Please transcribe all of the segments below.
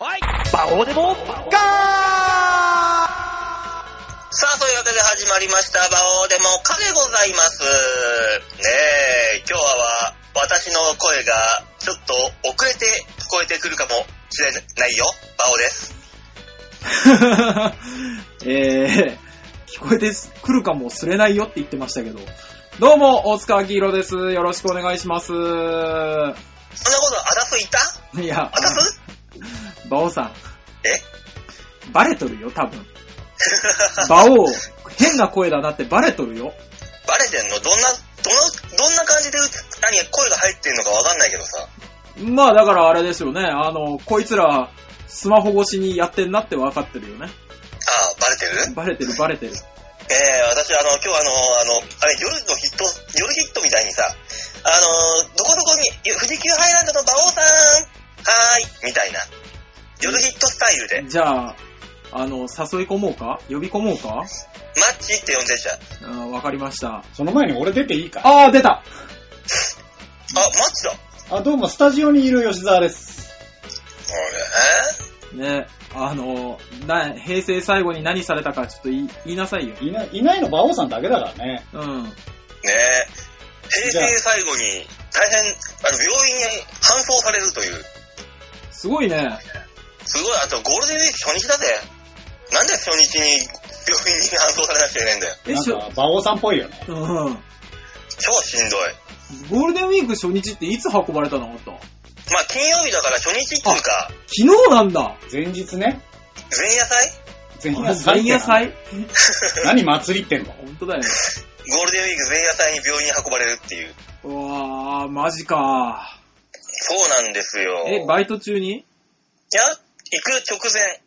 どうでもガさあ、そういうわけで始まりました、バオでもかでございます。ねえ、今日は私の声がちょっと遅れて聞こえてくるかもしれないよ、バオです。 えー、聞こえてくるかもすれないよって言ってましたけど。どうも、大塚明宏です。よろしくお願いします。いそんなこと、あたすいたやあ、たすバオさえん、バレとるよ、多分。バオ、変な声だなってバレとるよ。バレてんのどんな、どの、どんな感じで何声が入ってんのかわかんないけどさ。まあ、だからあれですよね。あの、こいつら、スマホ越しにやってんなって分かってるよね。ああ、バレてるバレてる、バレてる。ええ私、あの、今日あの、あの、あれ、夜のヒット、夜ヒットみたいにさ、あの、どこどこに、富士急ハイランドの馬王さん、はーい、みたいな。夜ヒットスタイルで、マじゃあ、あの、誘い込もうか呼び込もうかッチって呼んでんじゃん。あ、うんわかりました。その前に俺出ていいかあー、出たマッチだ。あ、どうも、スタジオにいる吉沢です。あれね、あの、な、平成最後に何されたかちょっと言い言いなさいよ。いない、いないの馬王さんだけだからね。うん。ねえ。平成最後に、大変、あの、病院に搬送されるという。すごいね。すごい、あとゴールデンウィーク初日だぜ。なんで初日に病院に搬送されなくちゃいけないんだよ。え、なんしょか、、馬王さんっぽいよね。うん。超しんどい。ゴールデンウィーク初日っていつ運ばれたのあんた。まあ、金曜日だから初日っていうか、昨日なんだ。前日ね。前夜祭前夜祭って前夜祭何祭りってんの本当だよ。ゴールデンウィーク前夜祭に病院に運ばれるっていう。うわー、マジかそうなんですよ。え、いバイト中にや、行く直前、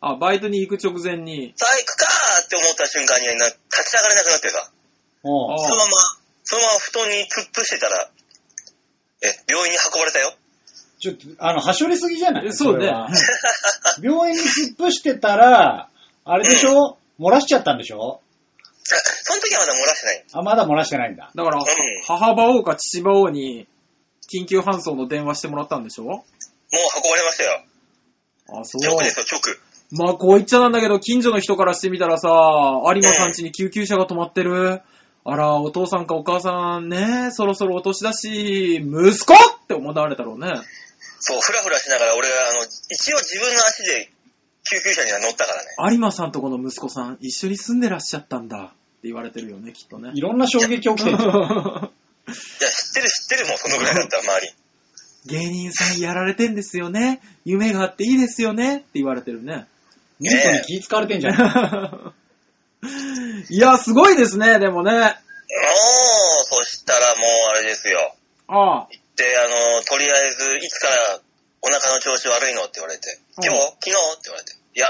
あ、バイトに行く直前に。さあ行くかーって思った瞬間にな立ち上がれなくなってさ、おうあそのまま、そのまま布団に突っ伏してたら、え、病院に運ばれたよ。ちょっと、あの、はしょりすぎじゃなえいそうねれは病院に突っ伏してたら、あれでしょ漏らしちゃったんでしょあその時はまだ漏らしてない。あ、まだ漏らしてないんだ。だからん、母馬王か父馬王に緊急搬送の電話してもらったんでしょもう運ばれましたよ。あ、そう。直ですよ、直。まあ、こう言っちゃなんだけど、近所の人からしてみたらさ、有馬さん家に救急車が止まってる。あら、お父さんかお母さんね、そろそろお年だし、息子って思われたろうね。そう、ふらふらしながら俺は、あの、一応自分の足で救急車には乗ったからね。有馬さんとこの息子さん、一緒に住んでらっしゃったんだって言われてるよね、きっとねい。ろんな衝撃起きている。や、知ってる知ってるもん、そのぐらいだった、周り。 芸人さんやられてんですよね。夢があっていいですよねって言われてるね。ニートに気ぃ使われてんじゃん。 いや、すごいですね、でもね。もう、そしたらもうあれですよ。ああ、で、あの、とりあえず、いつからお腹の調子悪いのって言われて、うん今日、昨日って言われて、いや、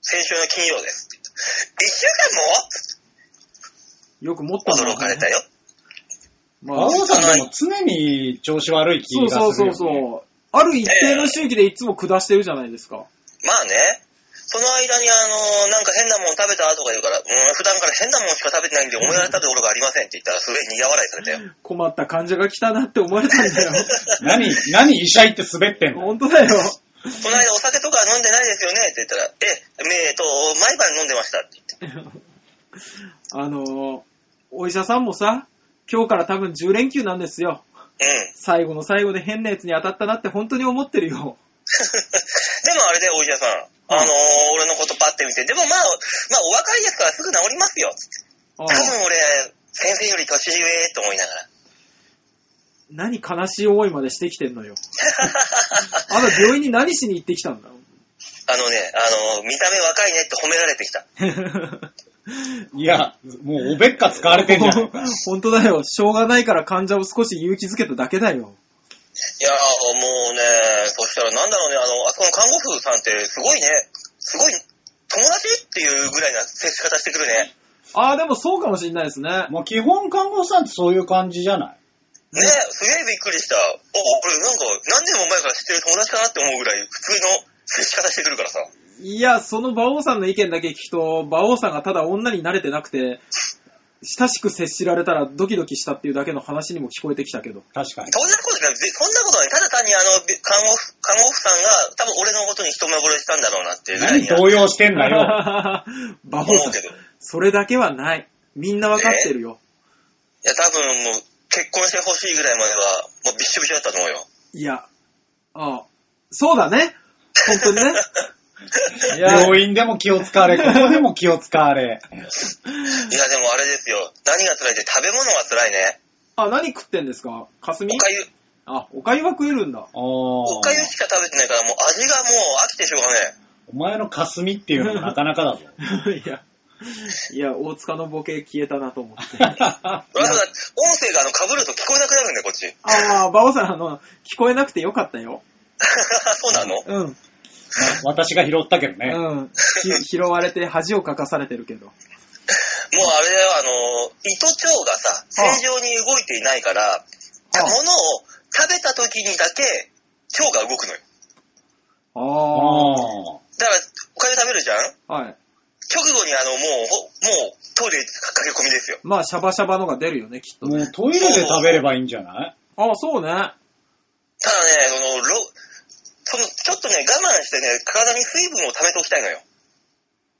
先週の金曜ですって言って。一週よく持った間も驚かれたよ。ま馬王さんでも常に調子悪い気そうがするそよ、うね。そうそう。ある一定の周期でいつも下してるじゃないですか。まあね、その間にあの、なんか変なもん食べたとか言うから、うん、普段から変なもんしか食べてないんで、お前が食べたことがありませんって言ったら、すごい苦笑いされたよ。困った患者が来たなって思われたんだ よ。何、何医者行って滑ってんの本当だよ。この間お酒とか飲んでないですよねって言ったら、え、えっと、毎晩飲んでましたって言って。あのーお医者さんもさ、今日から多分10連休なんですよ。うん。最後の最後で変なやつに当たったなって本当に思ってるよ。でもあれで、お医者さん。あのー俺のことパッて見て、でもまあ、まあお若いですからすぐ治りますよ。 ああ多分俺、先生より年上と思いながら。何悲しい思いまでしてきてんのよ。あの病院に何しに行ってきた んだ あのね、あの、見た目若いねって褒められてきた。いや、もうおべっか使われてんじ ゃん。本当だよ。しょうがないから患者を少し勇気づけただけだよ。いやー、もうね、そしたらなんだろうね、あの、あそこの看護婦さんってすごいね、すごい、友達っていうぐらいな接し方してくるね。ああ、でもそうかもしんないですね。まあ、基本看護婦さんってそういう感じじゃないねすげえびっくりした。お、俺なんか何年も前から知ってる友達かなって思うぐらい普通の接し方してくるからさ。いや、その馬王さんの意見だけ聞くと、馬王さんがただ女に慣れてなくて、親しく接しられたらドキドキしたっていうだけの話にも聞こえてきたけど。確かに。そんなことない、ぜそんなことない。ただ単にあの、び看護婦、看護婦さんが多分俺のことに一目惚れしたんだろうなっていうぐらい何には動揺してんだよ。バ思ホさうんけ、ど。いそれだけはない。みんなわかってるよ。や、多分もう結婚してほしいぐらいまでは、もうびっしょびしょだったと思うよ。いや、ああ、そうだね。本当にね。 いや、病院でも気を使われ、ここでも気を使われ。いや、でもあれですよ。何が辛いって食べ物が辛いね。あ、何食ってんですかかすみおかゆ、あ、おかゆは食えるんだ。おーおかゆしか食べてないから、もう味がもう飽きてしょうがねお前の霞っていうのもなかなかだぞ。 いや、いや、大塚のボケ消えたなと思って。え。そうだって音声があの、被ると聞こえなくなるんだよ、こっち。 ああ、バオさん、あの、聞こえなくてよかったよ。そうなのうん。私が拾ったけどね。うん。ひ拾われて恥をかかされてるけど。もうあれだよ、あの、糸腸がさ、正常に動いていないから、た物を食べた時にだけ腸が動くのよ。だから、ああおかゆ食べるじゃんあ。はい。直後にあの、もう、ほもう、トイレ駆け込みですよ。まあ、シャバシャバのが出るよね、きっあ。ともね。うトイレで食べればいいんじゃないああ、そうたね。だね、その、ろ、その、ちょっとね、我慢してね、体に水分を溜めておきたいのよ。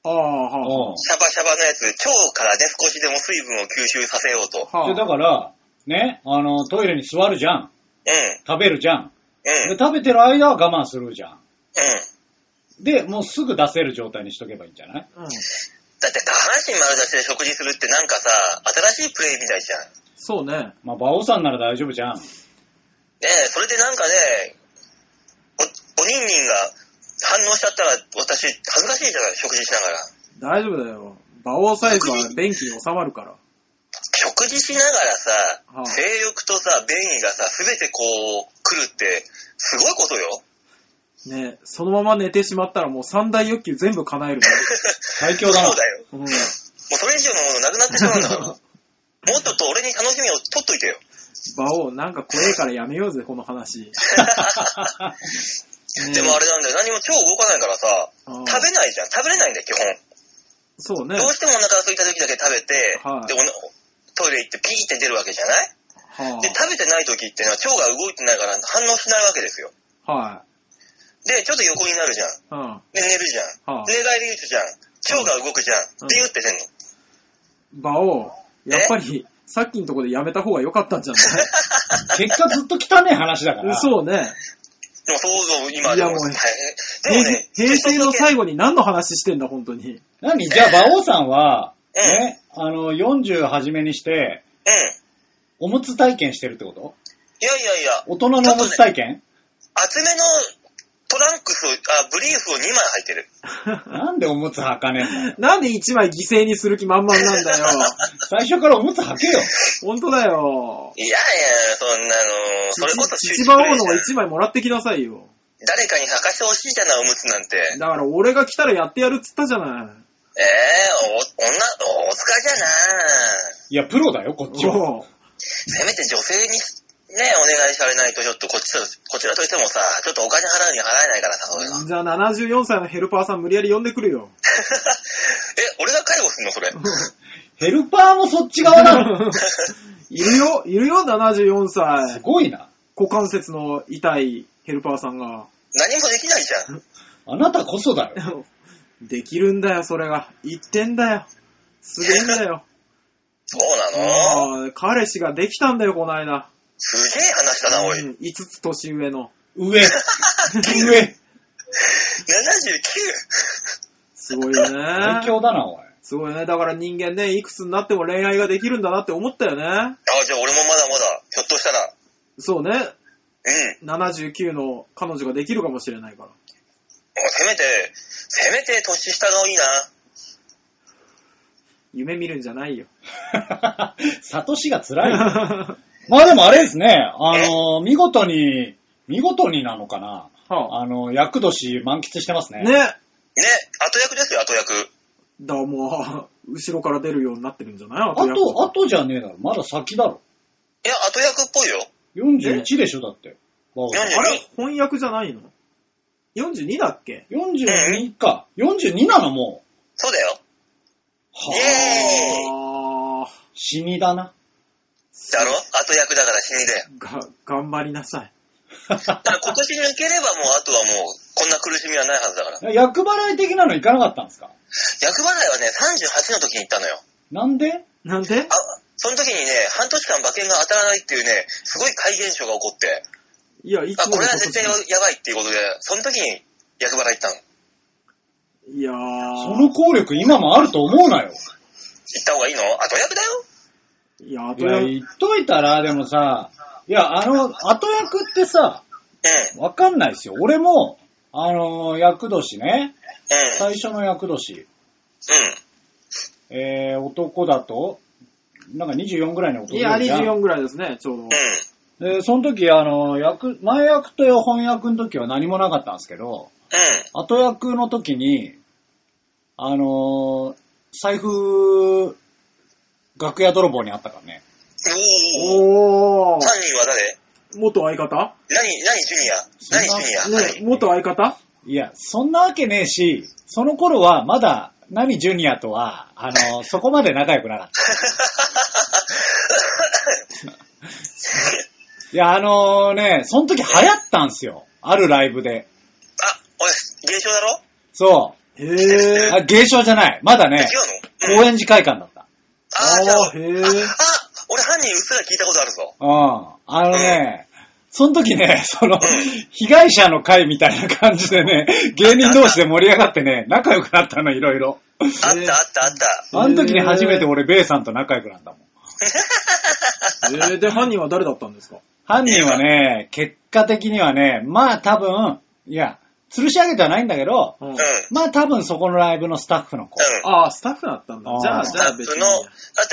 ああ、はうん。シャバシャバのやつ、腸からね、少しでも水分を吸収させようと。あ。はで、だあ。から、ね、あの、トイレに座るじゃん。うん、食べるじゃん。うん、うん。で、食べてる間は我慢するじゃん。で、もうすぐ出せる状態にしとけばいいんじゃないうん。だって、下半身丸出しで食事するってなんかさ、新しいプレイみたいじゃん。そうね。まあ、馬王さんなら大丈夫じゃん。ねえ、それでなんかね、お、おにんにんが反応しちゃったら、私、恥ずかしいじゃない、食事しながら。大丈夫だよ。バオサイズは便器に収まるから。食事しながらさ、はい性欲とさ、便意がさ、すべてこう、来るって、すごいことよ。ねそのまま寝てしまったらもう三大欲求全部叶 えるね。最強だなそう。だよ。うん。いもうそれ以上のものなくなってしまうんだから。もっとと俺に楽しみを取っといてよ。バオ、なんか怖えからやめようぜ、この 話。ねでもあれなんだよ、何も腸動かないからさ、あー食べないじゃん。食べれないんだよ、基本。そうね。どうしてもお腹が空いた時だけ食べて、はいでおなトイレ行ってピーって出るわけじゃないはで、食べてない時ってのは腸が動いてないから反応しないわけですよ。あ。はで、ちょっと横になるじゃん。い。うん。で、寝るじゃん。はあ寝返り打つじゃん。腸が動くじゃん。うんビューって出んの。バオ、やっぱり、さっきのとこでやめた方が良かったんじゃな結果ずっと汚い話 だかいら。そうね。でも想像、今でも大いやもう変。でもね平、平成の後。最後に何の話してんだ、本当に。 何じゃあ、馬王さんは、うんね、あの、40初めにして、うん。おむつ体験してるってこといやいやいや、大人のおむつ体験、厚めのトランクスを、あ、ブリーフを2枚履いてる。なんでおむつ履かねえんだよ。なんで一枚犠牲にする気満々な んだよ。最初からおむつ履けよ。本当だよ。いやいや、そんなの、それこそち集ち中ばプレ王イじのゃん一枚もらってきなさいよ。誰かに履かしてほしいじゃない、おむつなんて。だから俺が来たらやってやるっつったじゃない。えー、お、女、大塚じゃない。いや、プロだよ、こっちは。おうせめて女性にね、お願いされないと、ちょっとこっちと、こちらとしてもさ、ちょっとお金払うには 払えないからさ、そういうの。じゃあ74歳のヘルパーさん無理やり呼んでくる よ。え、俺が介護すんのそれ。ヘルパーもそっち側なの。いるよ、いるよ、74す歳。ごいな。股関節の痛いヘルパーさんが。何もできないじゃん。あなたこそだよ。できるんだよ、それが。言ってんだよ。すげえんだ よ。そうなのああ彼氏ができたんだよ、この間。すげえ話だな、おい。う 79? ん5つ年上の。上。上。すごいよ最ね。強だ な、おい。すごいよね。だから人間ね、いくつになっても恋愛ができるんだなって思ったよね。あ、じゃあ俺もまだまだ、ひょっとしたら。そうね。うん。 79の彼女ができるかもしれないから。せめて、せめて年下がいいな。夢見るんじゃないよ。サトシ が辛いよ。まあでもあれですね、あの、見事に、見事になのかな。はあ、あの、厄年満喫してますね。ね。ね、後役ですよ、後役。だ、もう、後ろから出るようになってるんじゃないあと、あとじゃねえだろ。まだ先だろ。いや、後役っぽいよ。 41でしょ、だって。馬王さん42あれ翻訳じゃないの ?42 だっけ42か。42なの、もう。そうだよ。はイエーイあ。あー死にだな。 だろ後役だから死にだよ。が、頑張りなさい。だから今年抜ければもう、あとはもう、こんな苦しみはないはずだから。役払い的なの行かなかったんですか役払いはね、38の時に行ったのよ。なんでなんであ、その時にね、半年間馬券が当たらないっていうね、すごい怪現象が起こって、いや、いあ、つもこのれこはと絶対やばいっていうことで、その時に役払い行ったの。行いやー。その効力今もあると思うなよ。った方がいいの後役だよ。いや、あいとや、や、言っといたら、でもさ、いや、あの、後役ってさ、うん、わかんないですよ。俺も、あのー役年ね、うん、最初の役年、うん。えー、男だと、なんか24ぐらいの男いや、じゃん24ぐらいですね、ちょうど。うん。で、その時、あの、役、前役と翻訳の時は何もなかったんですけど、うん。後役の時に、あのー財布、楽屋泥棒にあったからね。おお。おー。犯人は誰元相方何、何ジュニアそんな何ジュニアね、何元相方いや、そんなわけねえし、その頃はまだ、ナミジュニアとは、あの、そこまで仲良くなかった。いや、あのね、その時流行ったんすよ。あるライブで。あ、俺、芸商だろそへぇう。ー。あ、芸商じゃない。まだね、違うの高円寺会館だった。ああ、じゃあ、あーへーあ、あ俺犯人うっすら聞いたことあるぞ。うん。あのね、その時ね、 そのん、被害者の会みたいな感じでね、芸人同士で盛り上がってね、仲良くなったの、いろいろ。あったあったあった。あの時に初めて俺、ベイさんと仲良くなったもん。えー、で、犯人は誰だったんですか犯人はね、結果的にはね、まあ多分、いや、吊るし上げてはないんだけど、うんうん。まあ多分そこのライブのスタッフの子。うん。ああ、スタッフだったんだあー。じゃあ、スじタゃあッ別フにの、。だって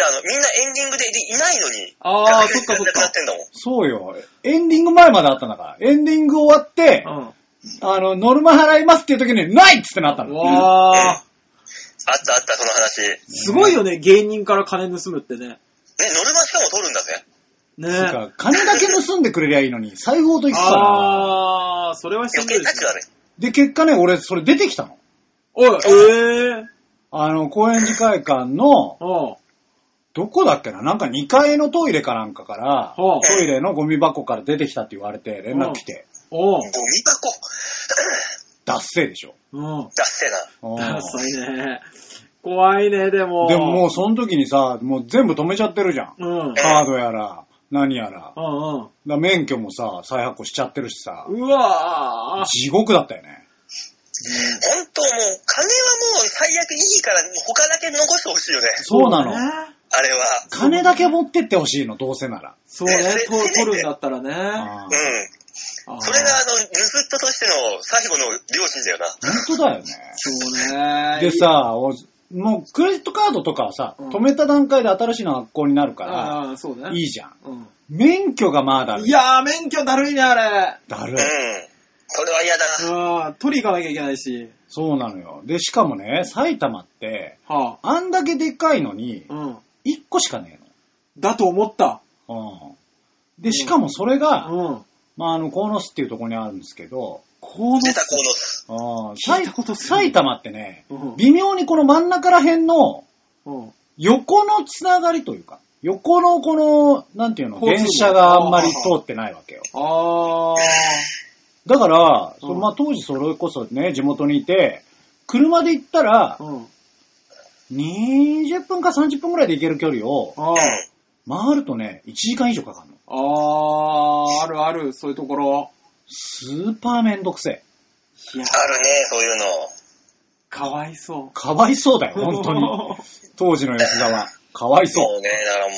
あの、みんなエンディングでいないのに、あー楽屋そっかそっかなくなってんだもん。そうよ。エンディング前まであったんだから。エンディング終わって、あの、ノルマ払いますっていう時に、ないっつってなったうん。の。わー。あったあった、その話。ね、すごいよね、芸人から金盗むってね。ノルマしかも取るんだぜ。ねつうか金だけ盗んでくれりゃいいのに、財布ごと行くからな。あー、それはしん余ど計いでたちすね。悪い。で、結果ね、俺、それ出てきたの。おい、えー。あの、公園寺会館の、はどこだっけななんか2階のトイレかなんかから、あ、はあ、トイレのゴミ箱から出てきたって言われて、連絡来て、おうゴミ箱脱せでしょ。うん。だっせえな。うんダサいね。怖いね、でも。でももうその時にさ、もう全部止めちゃってるじゃん。うん。うんカードやら、何やら。だかうん。ら免許もさ、再発行しちゃってるしさ、うわぁ。地獄だったよね。本当もう、金はもう最悪いいから、他だけ残してほしいよね。そうなの。の。あれは。金だけ持ってってほしいの、どうせなら。そうねね、と取るんだったらね。あうーん。あーそれが、あの、盗人としての最後の良心だよな。本当だよね。そうね。でさ、おもうクレジットカードとかはさ、うん止めた段階で新しいの発行になるかああ、そうら、ね。いいじゃん。うん。免許がまあだるいやー、免許だるいね、あれ。だるういん。それは嫌だな。うん、取り行かなきゃいけないし。そうなのよ。で、しかもね、埼玉って、はあんだけでかいのにあ。、うん。 1個しかねだと思った。えの。うん。で、しかもそれが、うん。まあ、あの、鴻巣っていうところにあるんですけど、この出た、この巣。うん聞いたことする埼玉ってね、うん微妙にこの真ん中ら辺のうん。横のつながりというか、横のこの、なんていうの、交通網電車があんまり通ってないわけよ。あー。だから、そうんまあ、当時それこそね、地元にいて、車で行ったら、うん。 20分か30分ぐらいで行ける距離を、あー。回るとね、1時間以上かかるの。あー、あるある、そういうところ。スーパーめんどくせえ。いや、あるね、そういうの。かわいそかわいそうだよ、 う。本当に。。当時の吉田は。かわいそそうね、だからもう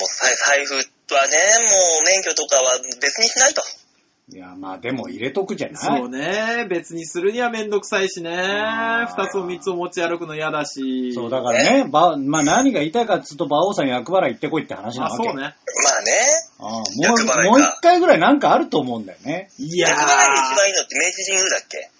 財財布はね、もう免許とかは別にしないと。う。いや、まあでも入れとくじゃなそういね。別にするにはめんどくさいしね。あー二つも三つも持ち歩くの嫌だし。そう、だからね、ば、まあ何が言いたいかっつうと、馬王さん役払い行ってこいって話なあ、わけ。そうね。まあね、ああ厄払いかもう、もう一回ぐらいなんかあると思うんだよね。い役や払ーいで一番いいのって明治神宮だっけ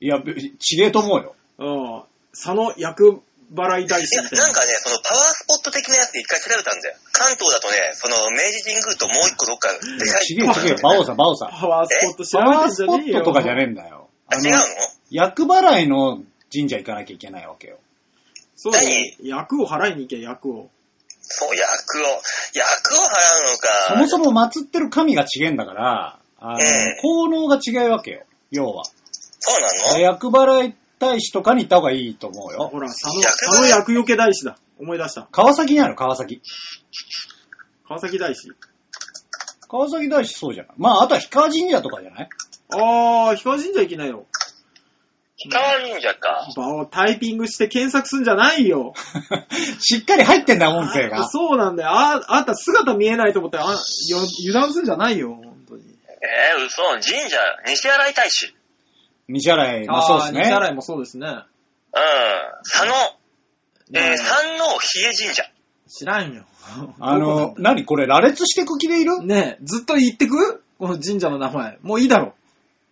いや、べちげえと思うよ。うん。佐野役払い大い師や、みたいな。なんかね、そのパワースポット的なやつで一回調べたんだよ。関東だとね、その明治神宮ともう一個どっかでかいちげえちげえ、馬王さん、馬王さん。パワースポット調パワーべてスんじポゃねえッよ。トとかじゃねえんだよ。あ、あ違のうの、厄払いの神社行かなきゃいけないわけよ。そうだよ。役を払いに行け、役を。そう、役を、役を払うのか。そもそも祀ってる神が違えんだから、あのええ効能が違うわけよ。要は。そうなの役払い大使とかに行った方がいいと思うよほ。ら、佐野、佐野厄除け大師だ。思い出した。川崎にある川崎。川崎大師。川崎大師そうじゃない。まあ、あとは氷川神社とかじゃない あー、氷川神社行きなよ。氷川神社か。場をタイピングして検索すんじゃないよ。しっかり入ってんだ、音声あが。そうなんだよ。あ、あんた姿見えないと思って、あ、よ油断すんじゃないよ、本当に。えー、嘘。神社、西新井大使。うん。西原井、まあそうでーす西ね。新井もそうですね。佐野、えねー、三王比叡神社。知らんよ。あの、何これ、羅列してく気でいる ねえ、ずっと言ってくこの神社の名前。もういいだろ。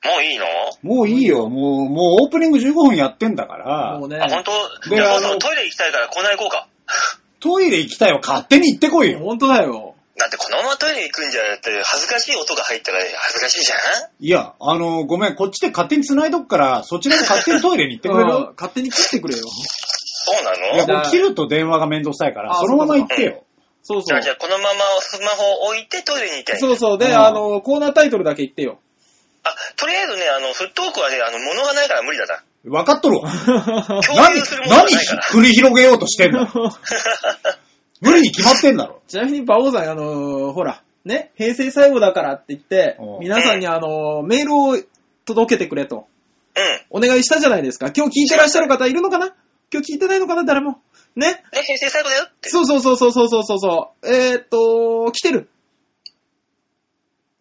もういいのもういいよ。もう、もうオープニング15分やってんだからもう、ねあ、、本当でじゃあ、あそろそのろトイレ行きたいからこない行こうか。トイレ行きたいよ。勝手に行ってこいよ。本当だよ。だってこのままトイレ行くんじゃなくて、恥ずかしい音が入ったら恥ずかしいじゃんいや、あの、ごめん、こっちで勝手に繋いどっから、そちらで勝手にトイレに行ってく れるうん勝手に切ってくれよ。そうないのや、これ切ると電話がめんどくさいから、あそのまま行ってよ。そうじそゃうあ、じ。ゃあこのままスマホを置いてトイレに行きゃいい。そうそう。で、うんあの、コーナータイトルだけ言って よ。あ、とりあえずね、あの、フットオークはね、あの、物がないから無理だな。分かっとるわ。共何有する、ものが何ないから。繰り広げようとしてんだ。無理に決まってんだろ。ちなみに、馬王さん、あのーほら、ね、平成最後だからって言ってう、ん皆さんにあのーメールを届けてくれと、うん。お願いしたじゃないですか。今日聞いてらっしゃる方いるのかな今日聞いてないのかな誰も。ね。ね、平成最後だよって。そうそうそうそうそうそうそう。えー、っと、来てる。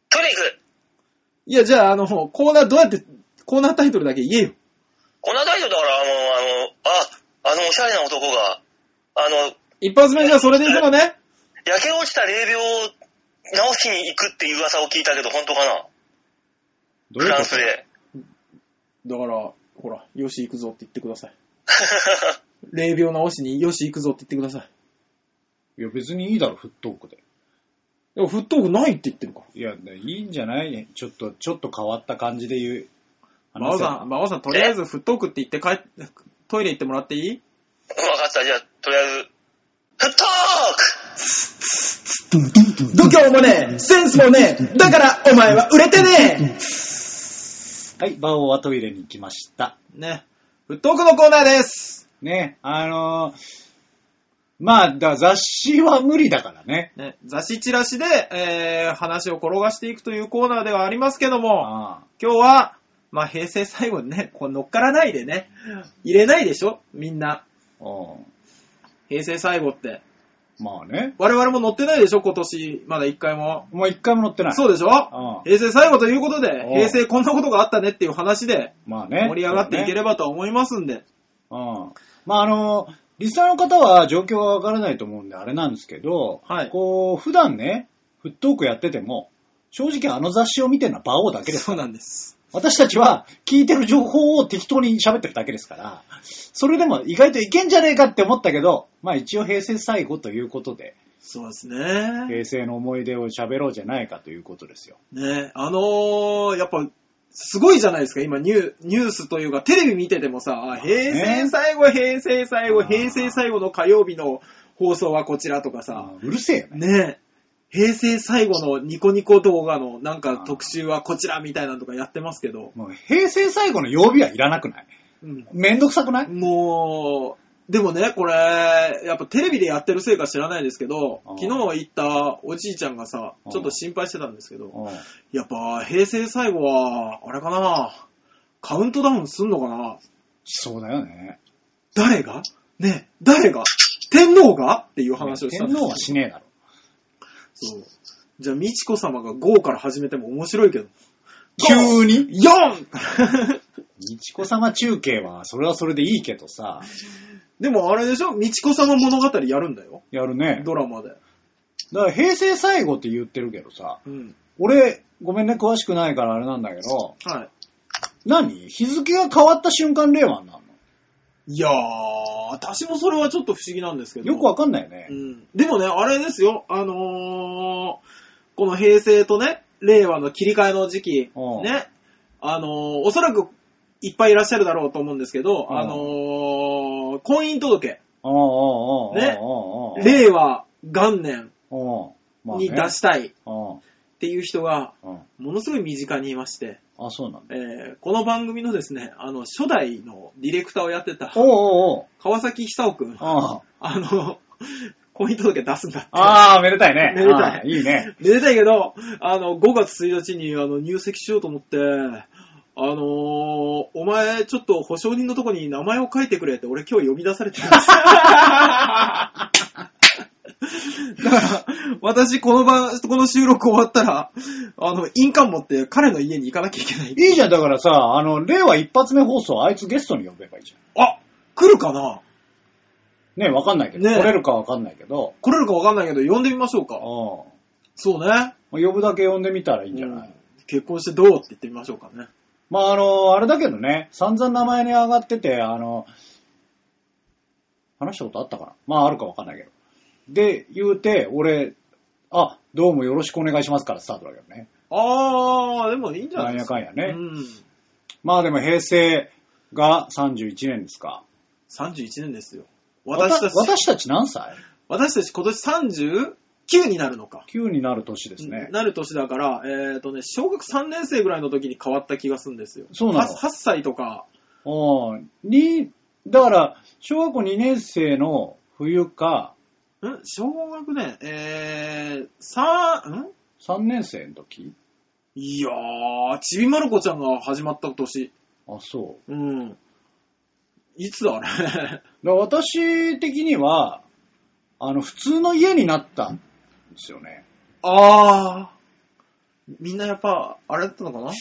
トイレ行く。いや、じゃあ、あの、コーナーどうやって、コーナータイトルだけ言えよ。この大丈夫だから、あの、あの、あ、あの、おしゃれな男が、あの、一発目じゃあそれでいくのね。焼け落ちた霊病を直しに行くっていう噂を聞いたけど、本当かなどうフいうラこンスで。 だから、ほら、よし行くぞって言ってください。霊病治しによし行くぞって言ってください。といや、別にいいだろ、フットオークで。でも、フットオークないって言ってるから。いや、いいんじゃないちょっと、ちょっと変わった感じで言う。馬王さん、馬王さん、とりあえずフットオークって言って帰っ、トイレ行ってもらっていいわかった、じゃあ、とりあえず、フットーク度胸もねえ、センスもねえ、だからお前は売れてねはい、バオはトイレに行きました。えね、フットオークのコーナーですね、あのーまあ、だ雑誌は無理だからね。ね、雑誌チラシで、えー、話を転がしていくというコーナーではありますけども、ああ今日は、まあ、平成最後にね、こう乗っからないでね、入れないでしょみんな。うん平成最後って。まあね。我々も乗ってないでしょ今年、まだ一回も。もう一回も乗ってない。そうでしょうん平成最後ということで、うん平成こんなことがあったねっていう話で、まあね。盛り上がっていければと思いますんで。そうね。うん。まああの、リスナーの方は状況がわからないと思うんであれなんですけど、はいこう、普段ね、フットオークやってても、正直あの雑誌を見てるのは馬王だけですそうなんです。私たちは聞いてる情報を適当に喋ってるだけですから、それでも意外といけんじゃねえかって思ったけど、まあ一応平成最後ということで、そうですね。平成の思い出を喋ろうじゃないかということですよ。ね、あのー、やっぱ、すごいじゃないですか、今ニュー、ニュースというか、テレビ見ててもさ、あ平成最後、平成最後、あー平成最後の火曜日の放送はこちらとかさ、うるせえよね。ね、平成最後のニコニコ動画のなんか特集はこちらみたいなのとかやってますけど、もう平成最後の曜日はいらなくないうん、めんどくさくないもう、でもね、これ、やっぱテレビでやってるせいか知らないですけどあ、ー昨日行ったおじいちゃんがさ、ちょっと心配してたんですけど、うんやっぱ平成最後は、あれかな、カウントダウンすんのかなしそうだよね。誰がね、誰が天皇がっていう話をしたん天ですよ皇はしねえだろ。そう。じゃあ、美智子様が5から始めても面白いけど。急に 4! 美智子様中継は、それはそれでいいけどさ、 でもあれでしょ美智子様物語やるんだよ。やるね。ドラマで。だから平成最後って言ってるけどさ、うん。俺、ごめんね、詳しくないからあれなんだけど、はい。何日付が変わった瞬間令和になるいやー、私もそれはちょっと不思議なんですけのど。よくわかんないよねう。ん。でもね、あれですよ、あのー、この平成とね、令和の切り替えの時期、うんね、あのー、おそらくいっぱいいらっしゃるだろうと思うんですけど、うんあのー、婚姻届、あああああああああああ令和元年うん。まあ、ね。に出したいっうん。うん。ていう人が、あ、ものすごい身近にいまして、そうなんだ。えーこの番組のですね、あの、初代のディレクターをやってた、おうおうおう。川崎久夫くん、ああの、 婚姻届出すんだって。あー、めでたいね。めでたいあーいいね。めでたいけど、あの、5月1日にあの入籍しようと思って、あのーお前、ちょっと保証人のとこに名前を書いてくれって、俺今日呼び出されてるん ですよだから、私、この場、この収録終わったら、あの、印鑑持って彼の家に行かなきゃいけない。いいじゃん、だからさ、あの、令和一発目放送、あいつゲストに呼べばいいじあ来るかなゃん。ねわかんないけど、ね来れるかわかんないけど、来れるかわかんないけど、呼んでみましょううんか。そうね。呼ぶだけ呼んでみたらいいんじゃない、うん結婚してどうって言ってみましょうかね。まあ、あの、あれだけどね、散々名前に上がってて、あの、話したことあったかなまあ、あるかわかんないけど。で、言うて、俺、あ、どうもよろしくお願いしますからスタートだけどね。あー、でもいいんじゃなないんでやすか。かんやね。うん。まあでも平成が31年ですか。 31年ですよ。私たち、わ私私たち何歳たち今年39になるのか。 ?9 になる年ですね。なる年だから、えっ、とね、小学3年生ぐらいの時に変わった気がするんですよ。そうなの 8, 歳とか、うん。に、だから、小学校2年生の冬か、ん小学年、えー、さん3年生の時いやー、ちびまる子ちゃんが始まった年。あ、そう。うん。いつだね。だから私的には、あの、普通の家になったんですよね。あー、みんなやっぱ、あれだったのかな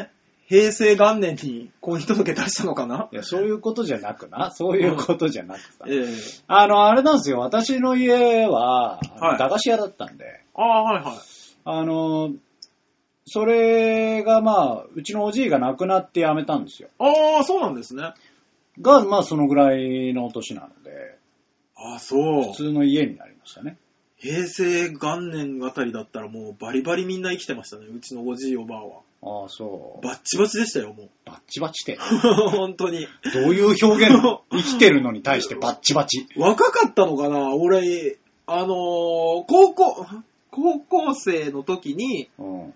ね。平成元年に婚姻届出したのかないや、そういうことじゃなくな。そういうことじゃなくさ。ええあの、あれなんですよ。私の家は、あはのい駄菓子屋だったんで、ああ、はいはい。あの、それがまあ、うちのおじいが亡くなって辞めたんですよ。ああ、そうなんですね。あが、まあ、そのぐらいの年なので、あ、そう普。通の家になりましたね。平成元年あたりだったらもうバリバリみんな生きてましたね。うちのおじいおばあは。ああ、そう。バッチバチでしたよ、もう。バッチバチって。 本当に。どういう表 現生きてるのに対してバッチバチ。若かったのかな俺、あのー高校、高校生の時に、うん。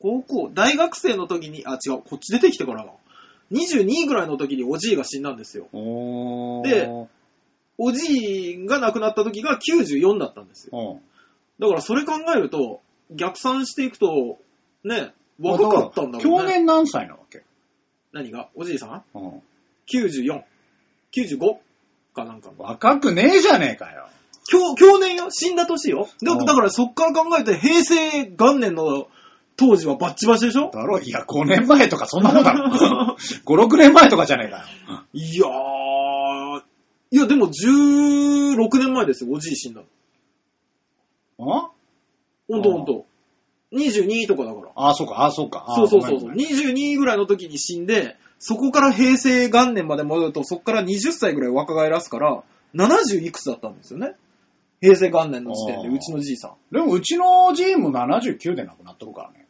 高校、大学生の時に、あ、違う、こっち出てきてからだ。22ぐらいの時におじいが死んだんですよ。おー。でおじいが亡くなった時が94だったんですよ。うん。だからそれ考えると、逆算していくと、ね、若かったんだもんね。去年何歳なわけ何がおじいさんうん。 ?94。95? かなんかの。若くねえじゃねえかよ。去去年よ死んだ年よだうんだからそっから考えて平成元年の当時はバッチバチでしょだろいや、5年前とかそんなもんだ ろ。5、6年前とかじゃねえかよ。いやー。いやでも16年前ですよ、おじい死んだの。うんほんとほんと。22とかだから。ああ、そうか、ああ、そうか。あそうそうそう。ごそうめんごめん22ぐらいの時に死んで、そこから平成元年まで戻ると、そこから20歳ぐらい若返らすから、70いくつだったんですよね。平成元年の時点で、あーうちのじいさん。でも、うちのじいも79で亡くなっとるからね。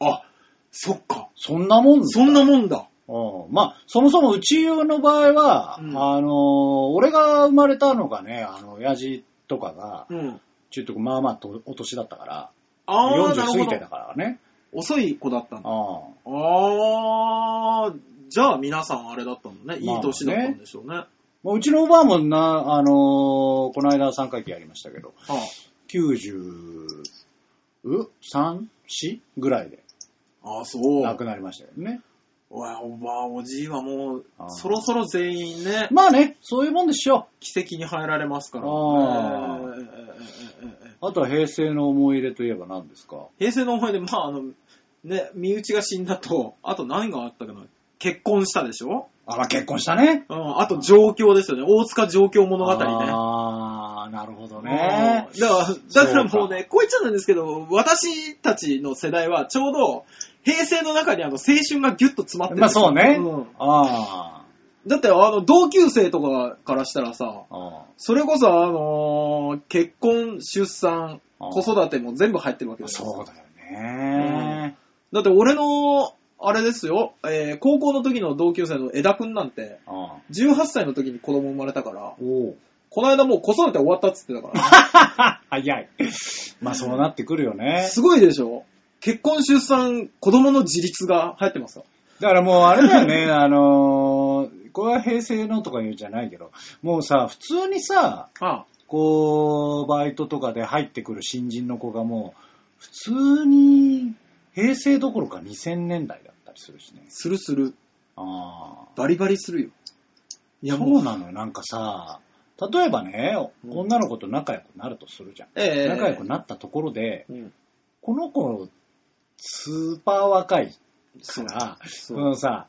あ、そっか。そんなもんだそんなもんだ。うん。まあ、そもそもうちの場合は、うんあのー、俺が生まれたのがね、あの、親父とかが、うん。ちょっとまあまあとお年だったから、あー、な40過るぎほてどだ。からね。遅い子だったんだ。ああ。あー、じゃあ皆さんあれだったのね。いい年だったんでしょうね。まあうちのおばあもな、あのーこの間3回忌やりましたけど、は93、4ぐらいであ、あー、そう。亡くなりましたよね。うわおばあ、おじいはもうあー、そろそろ全員ね、まあね、そういうもんでしょ奇跡に入られますから。あーえーえーえーえーえーう。あとは平成の思い入れといえば何ですか平成の思い出、まあ、あの、ね、身内が死んだと、あと何があったかな。結婚したでしょあら、結婚したね。うん、あと状況ですよね。大塚状況物語ね。ああ、なるほどうんね。だから、だからそうかもうね、こう言っちゃなんですけど、私たちの世代はちょうど、平成の中にあの、青春がギュッと詰まってるんまあですよ。そうね。うんあだって、あの、同級生とかからしたらさ、あ。あそれこそ、あのー結婚、出産、あ子育ても全部入ってるわけあ。ですそうだよね。だって俺の、あれですよ、えー高校の時の同級生の枝くんなんて、ああ。 18歳の時に子供生まれたから、おうこの間もう子育て終わったっつってたからね、 早い。まあそうなってくるよね。すごいでしょ結婚、出産、子供の自立が流行ってますよ。だからもうあれだよね、 あのーこれは平成のとか言うんじゃないけど、もうさ、普通にさ、ああこう、バイトとかで入ってくる新人の子がもう、普通に平成どころか2000年代だったりするしね。するする。ああ。バリバリするよ。いいや、や、ももうう、なのよ。なんかさ、例えばね、うん女の子と仲良くなるとするじゃん。ええ仲良くなったところで、うん。この子、スーパー若いそかう。ら、そそうのさ、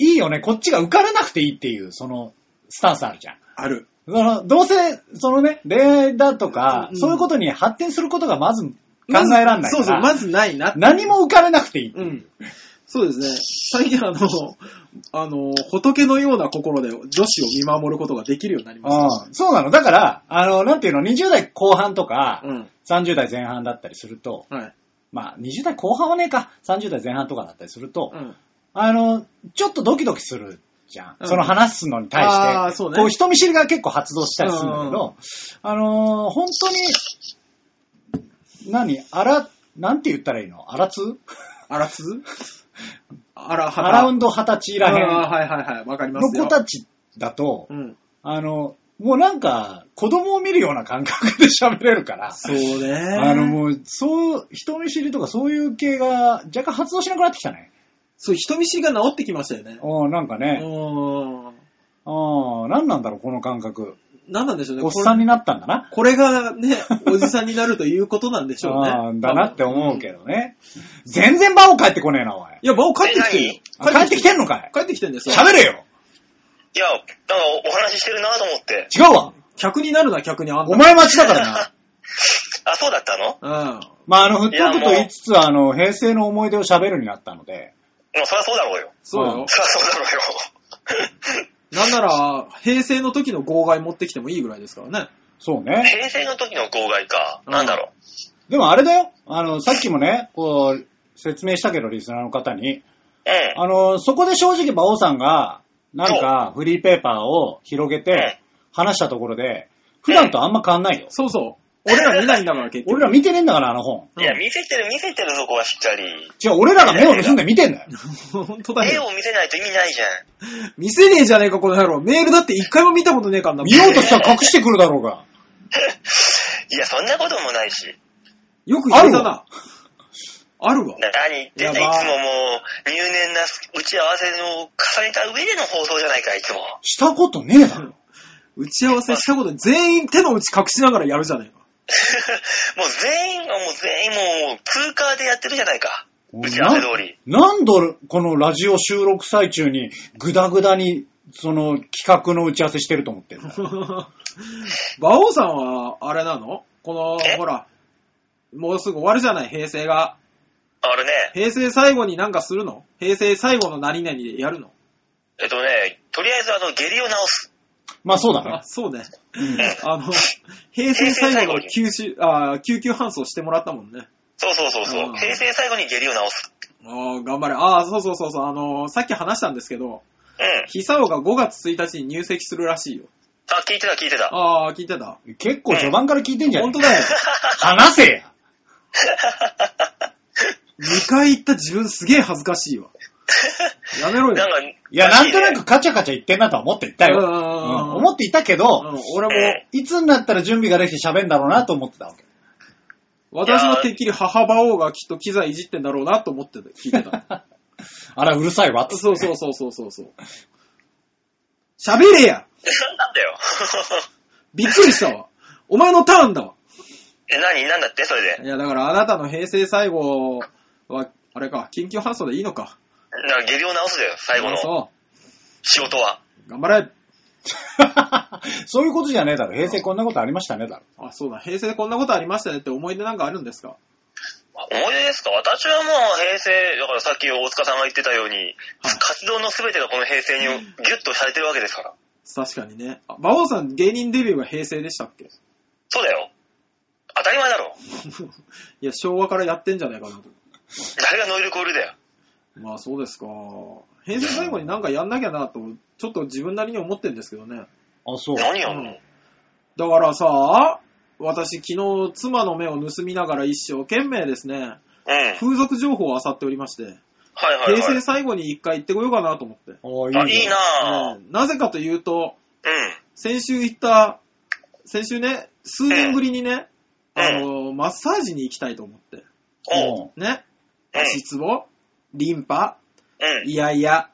いいよね、こっちが受からなくていいっていう、その、スタンスあるじゃん。ある。その、どうせ、そのね、恋愛だとか、うんそういうことに発展することがまず考えらんないから、まずそうそう、まずないなって何も浮かれなくていい。うん。そうですね。最近あの、あの、仏のような心で女子を見守ることができるようになりました。うんそうなの。だから、あの、なんていうの、20代後半とか、うん。 30代前半だったりすると、はい。まあ、20代後半はねえか、30代前半とかだったりすると、うん。あの、ちょっとドキドキするじゃん。うんその話すのに対して。あーそうねこう人見知りが結構発動したりするんだけど、あのー本当に、何あら、なんて言ったらいいのあらつあらつ あらはアラウンド二十歳らあへーはいはいはい。わかりまんすよ。の子たちだと、うん。あの、もうなんか、子供を見るような感覚で喋れるから、そうね。あのもう、そう、人見知りとかそういう系が若干発動しなくなってきたね。そう、人見知りが治ってきましたよね。うん、なんかうね、ーん。ああ、何なんだろう、この感覚。何なんでしょうね。おっさんこれになったんだな。これがね、おじさんになるということなんでしょうねあ。ーだなって思うけどね。全然場を帰ってこねえな、おい。いや、場を帰ってきてるよあ帰ってきてんのかい帰ってきてんですよ。喋れよいや、なんかおお話ししてるなと思って。違うわ客になるな、客にあんた。お前待ちだか らな。あ、そうだったのもうん。まあ、あの、吹っ飛いぶとやもう言いつつ、あの、平成の思い出を喋るになったので、うそりゃそうだろうよ。そうよ。そりゃそうだろうよ。 なんなら、平成の時の号外持ってきてもいいぐらいですからね。そうね。平成の時の号外か。うんなんだろでもあれだよ。あの、さっきもね、こう、説明したけど、リスナーの方に。う。うん。あの、そこで正直、馬王さんが、なんか、フリーペーパーを広げて、話したところで、普段とあんま変わんないよ。そうそう。俺ら見ないんだから、結局。俺ら見てねえんだから、あの本。うんいや、見せてる、見せてるそこはしっかり。違う、俺らが目を盗んで見てんだよ。 本当だ絵よ。を見せないと意味ないじゃん。 見せねえじゃねえか、この野郎。メールだって一回も見たことねえからな。見ようとしたら隠してくるだろうが。いや、そんなこともないし。よく言えたな。あるわ。な何言ってんだいいやまあつももう、入念な打ち合わせを重ねた上での放送じゃないか、いつも。 したことねえだろ。打ち合わせしたこと全員手の内隠しながらやるじゃねえか。もう全員がもう全員もう、もう空カーでやってるじゃないか。打ち合わせな通り。何度、このラジオ収録最中に、ぐだぐだに、その、企画の打ち合わせしてると思ってるんだよ。 馬王さんは、あれなのこのえ、ほら、もうすぐ終わるじゃない、平成が。あれね、平成最後になんかするの平成最後の何々でやるのえっとね、とりあえずあの、下痢を治す。まあ、そうだねあ、。そうね。うんあの、平成最後の救急、あ救急搬送してもらったもんね。そうそうそうそうう。ん平成最後に下痢を治す。ああ、頑張れ。ああ、そうそうそうそう。あのーさっき話したんですけど、うん。久尾が5月1日に入籍するらしいよ。あ、聞いてた聞いてた。ああ、聞いてた。結構序盤から聞いてんじゃ本ん当。だよ。話せや2回行った自分すげえ恥ずか しいわ。やめろなよん。か、いや、なんとなく。くカチャカチャ言ってんなとは思っていたよ。ううんんうんうんうん思っていたけど、うん、俺いつになったら準備ができて喋んだろうなと思ってたわけ。も、私のてっきり母馬王がきっと機材いじってんだろうなと思ってた聞いてた。 あら、うるさいわっつって。そうそうそうそうそうそう。喋れやなんだよ。 びっくりしたわ。お前のターンだわ。え、何なんだってそれで。いや、だからあなたの平成最後は、あれか、緊急搬送でいいのか。なんか下痢を治すだよ、最後のそ仕事は。う。頑張れ。 そういうことじゃねえだろ。平成こんなことありましたねだろ。あ、そうだ。平成こんなことありましたねって思い出なんかあるんですか思い出ですか私はもう平成、だからさっき大塚さんが言ってたように、はい活動の全てがこの平成にギュッとされてるわけですから。確かにね。あ馬王さん芸人デビューが平成でしたっけそうだよ。当たり前だろ。いや、昭和からやってんじゃないかなと。誰がノイルコールだよ。まあそうですか。平成最後になんかやんなきゃなと、ちょっと自分なりに思ってんですけどね。あ、そう。何やうんのだからさ、私昨日妻の目を盗みながら一生懸命ですね、うん。はい風俗情報を漁っておりまして、はい、平はい。成最後に一回行ってこようかなと思って。おあ、いいなぁ。うんなぜかというと、うん。先週行った、先週ね、数年ぶりにね、うんあの、マッサージに行きたいと思って。おう。おうね。ん足つぼ、リンパ、うん。いやいや、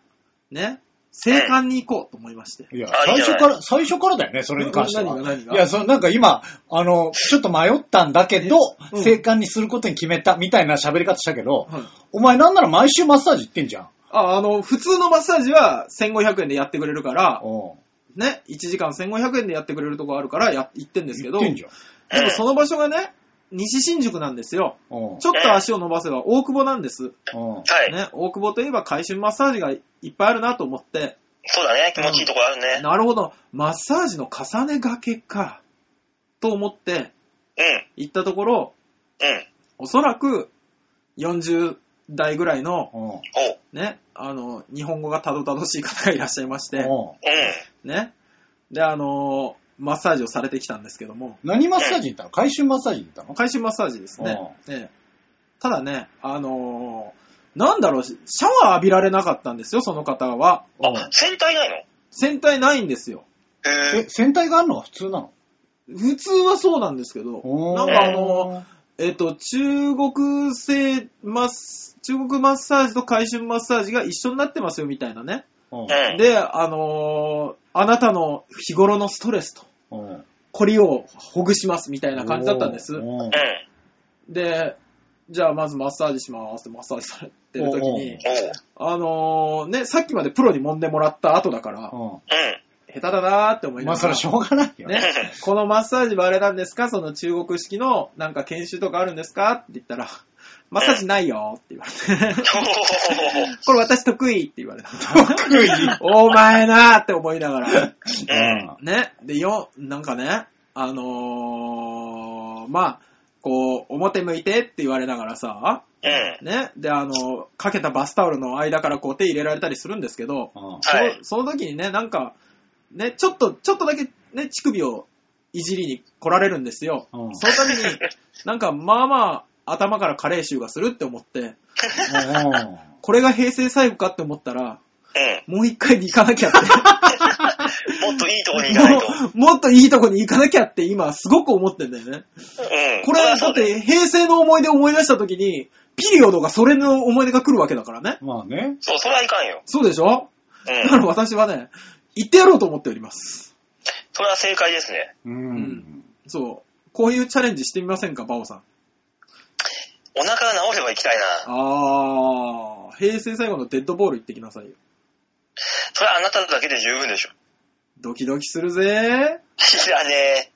ね。性感に行こうと思いまして。いや、あいいじ最ゃない初から、最初からだよね、それに関しては。何が何がいや、そのなんか今、あの、ちょっと迷ったんだけど、うん正解にすることに決めたみたいな喋り方したけど、はいお前なんなら毎週マッサージ行ってんじゃん。あ、あの、普通のマッサージは1500円でやってくれるから、おうね、1時間1500円でやってくれるとこあるからや行ってんですけ行ど、ってんじゃん。でもその場所がね、西新宿なんですよ。おうちょっと足を伸ばせば大久保なんです。おうはい、ね、大久保といえば回春マッサージがいっぱいあるなと思って、そうだね。気持ちいいとこあるね。なるほど、マッサージの重ねがけか、と思ってうん。行ったところ、うん。おそらく40代ぐらいの、おうおう。ね、あの、日本語がたどたどしい方がいらっしゃいまして、おううね。で、あのーマッサージをされてきたんですけども、何マッサージ行ったの回収マッサージ行ったの回収マッサージですね。ええただね、あのーなんだろう、シャワー浴びられなかったんですよ、その方は。ん。おうあ、戦隊ないの戦隊ないんですよ。へええ。、戦隊があるのは普通なの普通はそうなんですけど、なんかあのーえっと、中国製マッス、中国マッサージと回春マッサージが一緒になってますよ、みたいなね。おううん。で、あのーあなたの日頃のストレスと、おうコリをほぐします、みたいな感じだったんです。おううん。で、じゃあまずマッサージしますってマッサージされてる時に、おう。あのーね、さっきまでプロに揉んでもらった後だから、おうん。下手だなーって思ういまなあがそれらはしょうがないよね。ね、このマッサージはあれなんですかその中国式のなんか研修とかあるんですかって言ったら、マッサージないよって言われて、 おうこれ私得意って言われた。得意 お前なーって思いながら。うんね、で、よ、なんかね、あのー、まあ、こう、表向いてって言われながらさ、うん。ね、で、あの、かけたバスタオルの間からこう手入れられたりするんですけど、うんはい。そのその時にね、なんか、ね、ちょっと、ちょっとだけね、乳首をいじりに来られるんですよ。うんそのために、なんか、まあまあ、頭から加齢臭がするって思って、うんこれが平成最後かって思ったら、うもう一回に行かなきゃって。ん。もっといいとこに 行かないと。もうもっといいとこに行かなきゃって今すごく思ってんだよね。うん。これ、はだそっうだよて平成の思い出を思い出した時に、ピリオドがそれの思い出が来るわけだからね。まあね。そう、それはいかんよ。そうでしょうだからん。私はね、言ってやろうと思っております。それは正解ですね。う。うんそう。こういうチャレンジしてみませんか、バオさん。お腹が治れば行きたいな。あー、平成最後のデッドボール行ってきなさいよ。それはあなただけで十分でしょ。 ドキドキするぜいらね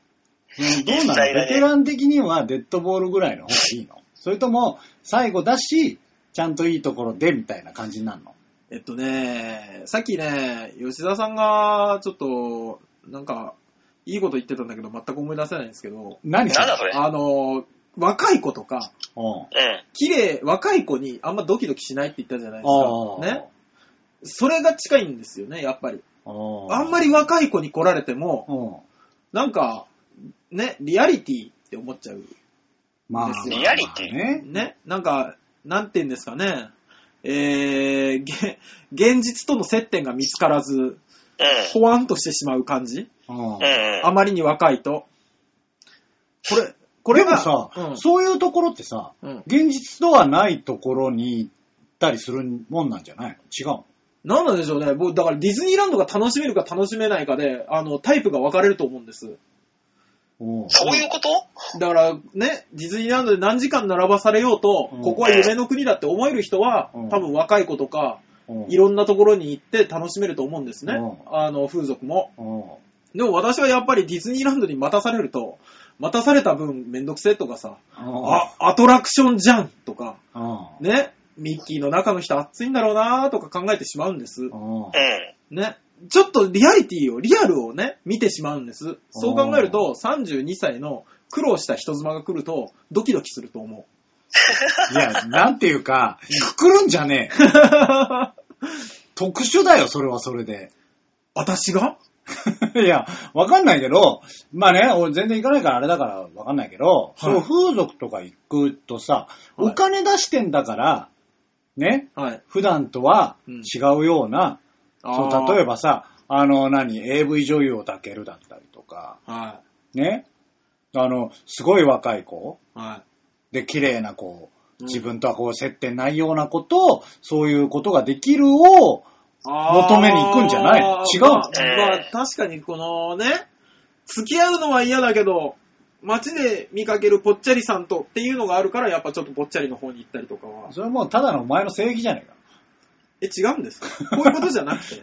うんどう実なの際だねベテラン的にはデッドボールぐらいの方がいいのそれとも、最後だし、ちゃんといいところでみたいな感じになるのえっとね、さっきね、吉田さんが、ちょっと、なんか、いいこと言ってたんだけど、全く思い出せないんですけど、何え。なんだそれ。あの、若い子とか、おううん。綺麗、若い子にあんまドキドキしないって言ったじゃないおうですか。ね。それが近いんですよね、やっぱり。おうあんまり若い子に来られても、おうなんか、ね、リアリティって思っちゃう。まあ、ですよリアリティね。ね、なんか、なんて言うんですかね。えー、げ現実との接点が見つからず、う。ほわんとしてしまう感じ。おううんん。あまりに若いと。これ、これでもが、さ、うんそういうところってさ、うん現実とはないところに行ったりするもんなんじゃないの違うなんなんでしょうね。僕、だからディズニーランドが楽しめるか楽しめないかで、あの、タイプが分かれると思うんです。のおうそういうことだからね、ディズニーランドで何時間並ばされようと、うんここは夢の国だって思える人は、うん多分若い子とか、おういろんなところに行って楽しめると思うんですね。うあの、風俗も。おでも私はやっぱりディズニーランドに待たされると、待たされた分めんどくせえとかさ、うおうあ、アトラクションじゃんとか、おうね、ミッキーの中の人熱いんだろうなとか考えてしまうんです。おううん。ね。ちょっとリアリティを、リアルをね、見てしまうんです。そう考えると、32歳の苦労した人妻が来ると、ドキドキすると思う。いや、なんていうか、くくるんじゃねえ。特殊だよ、それはそれで。私が いや、わかんないけど、まあね、俺全然行かないからあれだからわかんないけど、その風俗とか行くとさ、はいお金出してんだから、ね、はい。普段とはうん違うような、あそうー例え。ばさ、あの、何、AV 女優を抱けるだったりとか、はね、あの、すごい若い子、い。はで、綺麗な子、うん自分とはこう接点ないようなことを、そういうことができるを、い。あー求めに行くんじゃないの違うのまあまあ、確かにこのね、付き合うのは嫌だけど、街で見かけるぽっちゃりさんとっていうのがあるから、やっぱちょっとぽっちゃりの方に行ったりとかは。それはもうただのお前の正義じゃねえか。え、違うんですかこういうことじゃなくて。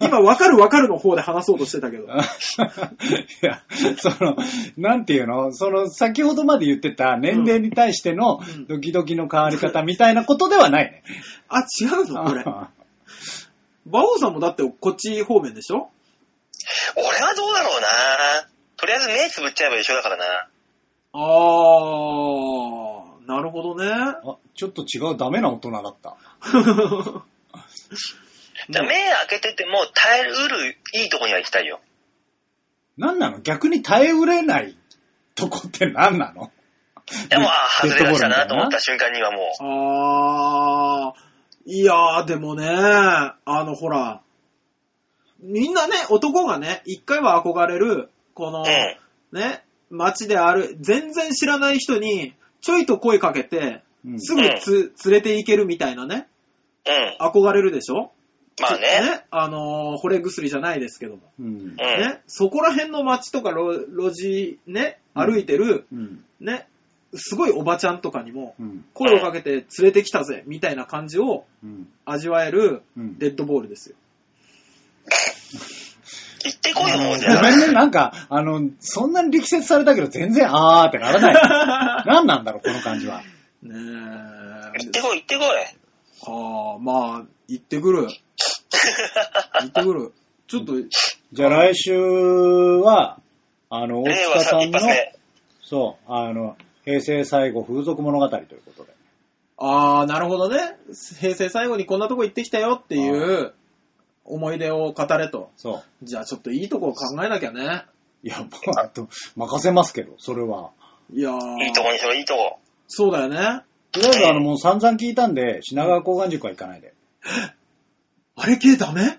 今、わかるわかるの方で話そうとしてたけど。 はいや、その、なんていうのその、先ほどまで言ってた年齢に対してのうんドキドキの変わり方みたいなことではないね。あ、違うのこ れ。馬王さんもだってこっち方面でしょ俺はどうだろうなとりあえず目つぶっちゃえば一緒だからな。あー、なるほどね。 あちょっと違う、ダメな大人だった。じゃあ目開けてても耐えうるいいとこには行きたいよ。なんなの逆に耐えうれないとこってなんなのでも、ああ、デ外ッドれボまールみしたたいななと思った瞬間にはもう、あー、いやー、でもね、あの、ほら、みんなね、男がね、一回は憧れる、この、うん。ね、街である、全然知らない人に、ちょいと声かけて、うんすぐつ、連れて行けるみたいなね、うん。憧れるでしょまあね。あのー、惚れ薬じゃないですけども。うんう。ん。ね、そこら辺の街とか路路地ね、うん歩いてる、うん。ね、すごいおばちゃんとかにも、うん。声をかけて連れてきたぜ、みたいな感じをうん。味わえるうんデッドボールですよ。行ってこいよ、もうじゃごあ。めんね、なんか、あの、そんなに力説されたけど全然あーってならない。なんなんだろう、この感じは。ね行っえて。こい、行ってこい。ああ、まあ、行っ てくる。行ってくる。ちょっと、じゃあ来週は、あの、大令和塚ささんん一の発、目。そう、あの、平成最後風俗物語ということで。ああ、なるほどね。平成最後にこんなとこ行ってきたよっていう思い出を語れと。そう。じゃあちょっといいとこを考えなきゃね。いや、もう、あと、任せますけど、それは。いやーいいとこにしろ、いいとこ。そうだよね。とりあえず、あの、もう散々聞いたんで、品川交換塾は行かないで。あれ系ダメいや、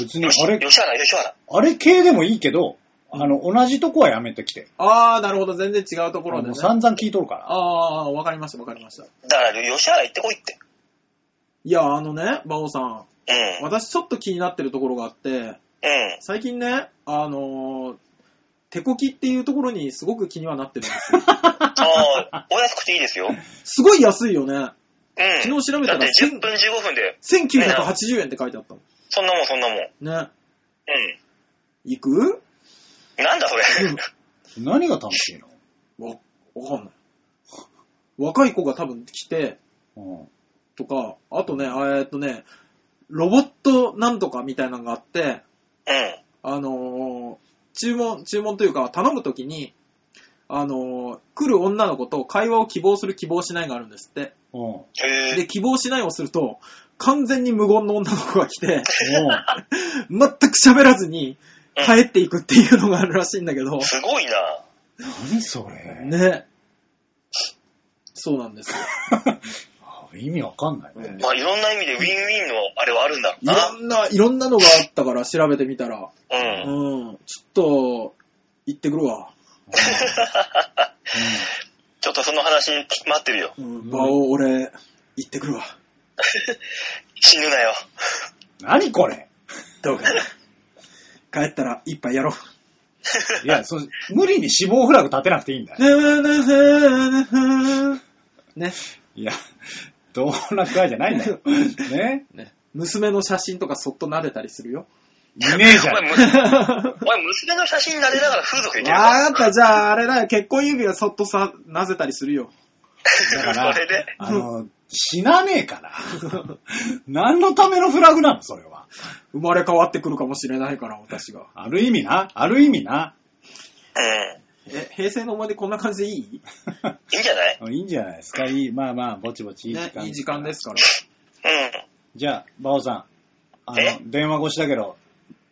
別に、よし、あれ、吉原、吉原。あれ系でもいいけど、あの、同じとこはやめてきて。ああ、なるほど。全然違うところでもねう。散々聞いとるから。ああー、わかりました、わかりました。だから、吉原行ってこいって。いや、あのね、馬王さん、うん。私ちょっと気になってるところがあって、うん。最近ね、あのー手こきっていうところにすごく気にはなってるんですよ。ああ、お安くていいですよ。うん。すごい安いよ ね。昨昨日調べただらって10分15分で、 1980円って書いてあったそんなもん、そんなもん。うの。ね。ん。行くなんだそれ。何が楽しいのわ、わかんない。若い子が多分来て、うん。とか、あとね、えーっとね、ロボットなんとかみたいなのがあって、うん。あのー注文、注文というか、頼むときに、あのー来る女の子と会話を希望する希望しないがあるんですって。うん。 うん。へで、え。希望しないをすると、完全に無言の女の子が来て、 全く喋らずに帰っていくっていうのがあるらしいんだけど、すごいな。何それ。ね。そうなん ですよ。あ意味わかんないね。まあ、いろんな意味でウィンウィンのあれはあるんだろういろな。んな、いろんなのがあったから調べてみたら、ううん。ん、ちょっと、行ってくるわ。ちょっとその話待ってるよ。うん、場を俺、行ってくるわ。死ぬなよ。何これどうか。 帰ったら一杯やろう。いや、そ無理に死亡フラグ立てなくていいんだよ。ねねねねねいや、どうなくわじゃないん だよ。ねね。娘の写真とかそっと撫でたりする よ。いねえじお前、ゃん。むお前娘の写真慣れながら風俗行けるわかかった、じゃああれだよ、結婚指輪そっとさ、撫でたりするよ。だからそれで、あの、死なねえから。何のためのフラグなの、それは。生まれ変わってくるかもしれないから、私が。ある意味な、ある意味な。 うん。え、平成の思い出こんな感じでいいいいんじゃないいいんじゃないですか。いい、まあまあ、ぼちぼちいい時ね間。、いい時間ですから。うん。じゃあ、バオさん。あえの、電話越しだけど、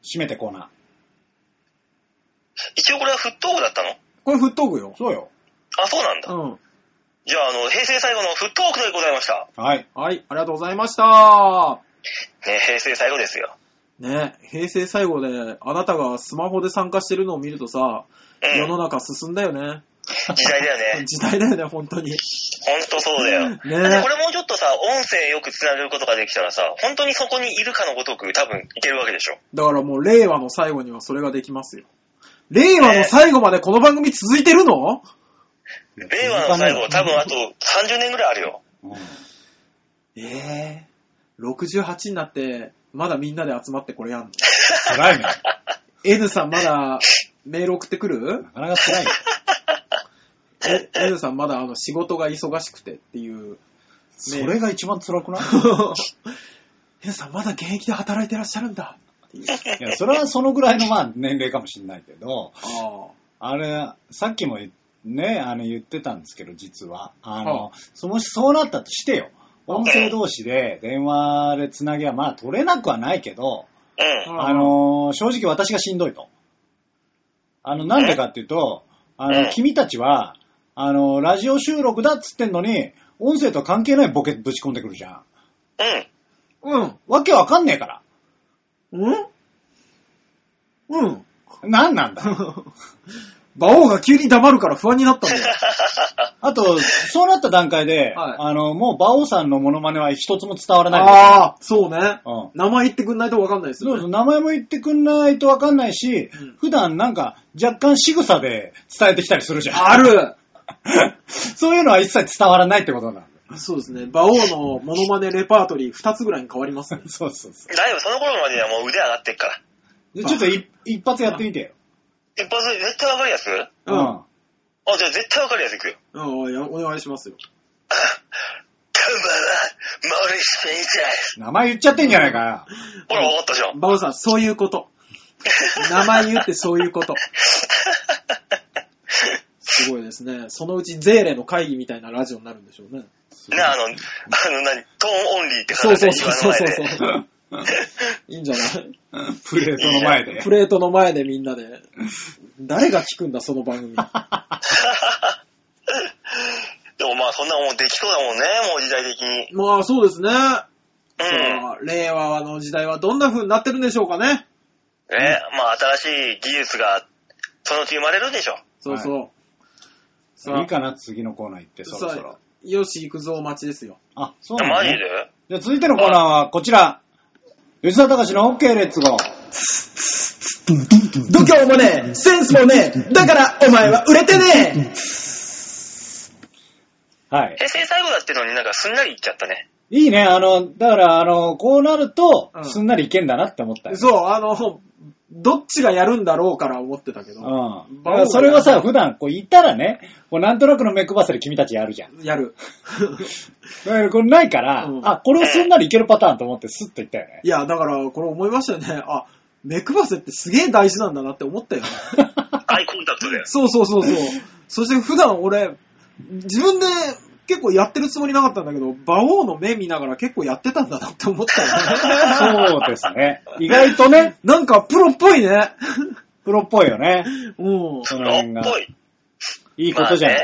閉めてコーナ一応これはフットオフだったのこれ、フットオフよ。そうよ。あ、そうなんだ。うん。じゃあ、あの、平成最後のフットオークでございました。はい。はい、ありがとうございました。ね、平成最後ですよ。ね、平成最後で、あなたがスマホで参加してるのを見るとさ、う世のん。中進んだよね。時代だよね。時代だよね、本当に。ほんとそうだよ。ねだってこれもうちょっとさ、音声よくつなげることができたらさ、本当にそこにいるかのごとく多分いけるわけでしょ。だからもう令和の最後にはそれができますよ。令和の最後までこの番組続いてるの、令和の最後、多分あと30年ぐらいあるよ。うん。ええ68になって、まだみんなで集まってこれやんの。辛いね。 N さんまだメール送ってくるなかなか 辛いよ。え ?N さんまだあの仕事が忙しくてっていう。それが一番辛くない N さんまだ現役で働いてらっしゃるんだっていう。いや、それはそのぐらいのまあ年齢かもしれないけど、ああれ、さっきも言っね、あの言ってたんですけど、実は。あはの、そもしそうなったとしてよ。音声同士で電話でつなぎは、まあ取れなくはないけど、うん。ああのー正直私がしんどいと。あの、なんでかっていうと、あうんの、君たちは、あの、ラジオ収録だっつってんのに、音声とは関係ないボケぶち込んでくるじゃん。うん。うん。わけわかんねえから。うんうん。なんなん だ。馬王が急に黙るから不安になったんだよ。あと、そうなった段階で、はいあの、もう馬王さんのモノマネは一つも伝わらないですああ、そうね。うん名前言ってくんないと分かんないですそよ、うね。そう、名前も言ってくんないとわかんないし、うん普段なんか若干仕草で伝えてきたりするじゃん。ある そういうのは一切伝わらないってことなんだよ。そうですね。馬王のモノマネレパートリー2つぐらいに変わりますね。そうそうそだいぶその頃までにはもう腕上がってっから。う。でちょっとい一発やってみてよ。一発で絶対わかるやつあ、うんうん。じゃあ絶対わかるやついくよ。うん、いやお願いしますよ。こんばんは、モーリス・ペイチ名前言っちゃってんじゃないかよ。ャー。ほら、わかったじゃん。馬王さん、そういうこと。名前言ってそういうこと。すごいですね。そのうちゼーレの会議みたいなラジオになるんでしょうね。な、あの、あの、何、トーンオンリーってそう感じそでうそうそうそう言わないでそう。いいんじゃない プレートの前で プ。レートの前でみんなで。誰が聞くんだ、その番組。 でもまあ、そんなもんできそうだもんね、もう時代的に。まあそうですね。うん。さあ令和の時代はどんな風になってるんでしょうかね。ね、まあ、新しい技術が、そのうち生まれるでしょ。そうそう。さあ いいかな、次のコーナー行って、そろそろさあ。よし行くぞお待ちですよ。あ、そうなマジの、でね、じゃあ続いてのコーナーはこちら。吉田隆の OK レッツゴー。度胸もねえ、センスもねえ、だからお前は売れてねはい。平成最後だってのになんかすんなりいっちゃったね。いいね、あの、だから、あの、こうなるとう、んすんなりいけんだなって思ったよ。そう、あの、どっちがやるんだろうから思ってたけど、うん。だからそれは馬王さ、が普段、こう、いたらね、こう、なんとなくの目配せで君たちやるじゃん。やる。 だからこれないから、うんあ、これをすんなりいけるパターンと思って、スッといったよ ね。いや、だからこれ思いましたよね。あ、目配せってすげえ大事なんだなって思 ったよね。アイコンタクトだよ。そうそうそうそう。そして普段俺、自分で結構やってるつもりなかったんだけど、馬王の目見ながら結構やってたんだなって思ったよね。 そうですね。意外とね、なんかプロっぽいね。プロっぽいよね。うん。そのロ辺っが。ぽい。いいことじゃない。ま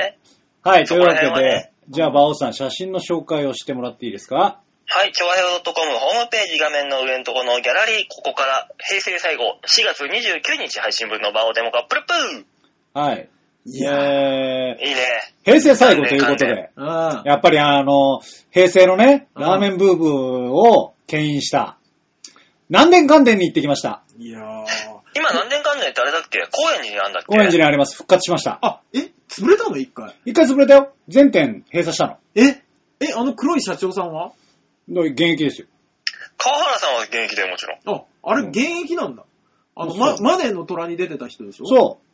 あねはい、というわけそで、こら辺はねじゃあ、馬王さん、写真の紹介をしてもらっていいですかはい、調和表 .com ホームページ画面の上のところのギャラリー、ここから平成最後、4月29日配信分の場をデモカップルプはい。いやえーいいね。ー、平成最後ということ完で全、うん。やっぱりあの、平成のね、うんラーメンブーブーを牽引した、何年関連に行ってきました。いやー。今何年間年ってあれだっけ高円寺にあんだっけ高円寺にあります。復活しました。あ、え潰れたの一回。一回潰れたよ。全店閉鎖したの。ええ、あの黒い社長さんはの現役ですよ。川原さんは現役だよ、もちろん。あ、あれ現役なんだ。あの、そうま、マネーの虎に出てた人でしょう。そう。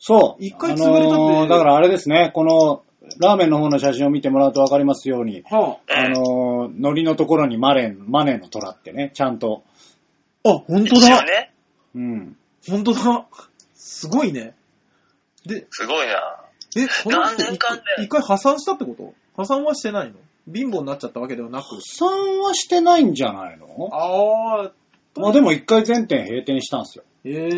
そう。一回潰れたってあのーだからあれですね、この、ラーメンの方の写真を見てもらうとわかりますように、はうんあのー、海苔のところにマレン、マネーの虎ってね、ちゃんと。あ。あ、本当一応だ。ね。うん。本当だ。すごいね。で、すごいな。 え、この何人年一間回で一回破産したってこと破産はしてないの貧乏になっちゃったわけではなく。さんはしてないんじゃないのあー、まあでも一回全店閉店したんですよ。えう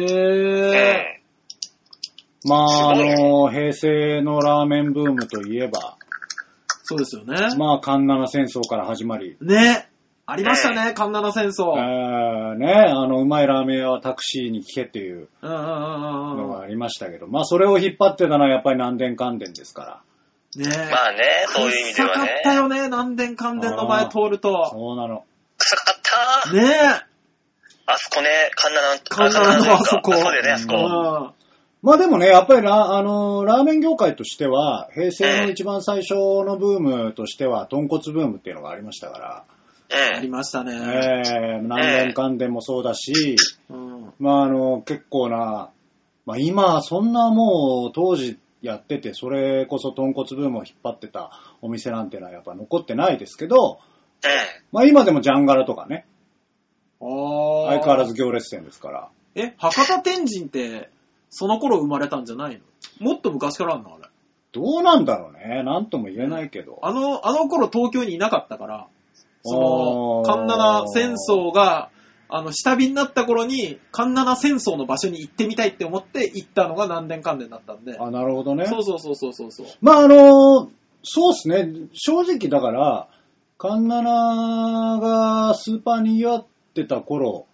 ん。ー。まあ、あすごいの、平成のラーメンブームといえば、そうですよね。まあ、環七戦争から始まり、ね。ありましたね、カンナナ戦争。えうんーね、あの、うまいラーメン屋はタクシーに聞けっていううんうんうのんうんがありましたけど、まあ、それを引っ張ってたのはやっぱり南電関電ですかねまあね、そういう意味では臭かね。ったよね、南電関電の前通るら。と。そうなの。臭かった。ねあそこね、神奈神川、奈川のあそこあそこでね、あそえ。こ。うん。まあでもね、やっぱりラ,、あのーラーメン業界としては、平成の一番最初のブームとしては、豚骨ブームっていうのがありましたかうありん。ましたら、ね。えー、何年間でもそうだし、うん。まああの、結構な、まあ今、そんなもう当時やってて、それこそ豚骨ブームを引っ張ってたお店なんてのはやっぱ残ってないですけど、まあ今でもジャンガラとかね、ああ。相変わらず行列店ですから。え、博多天神って、その頃生まれたんじゃないのもっと昔からあんのあれ。どうなんだろうね。なんとも言えないけど。あの、あの頃東京にいなかったから、その、あーカンナナ戦争が、あの、下火になった頃に、カンナナ戦争の場所に行ってみたいって思って行ったのが南電関連だったんで。あ、なるほどね。そうそうそうそうそうそう。まああの、そうですね、正直だから、カンナナがスーパーにぎわってた頃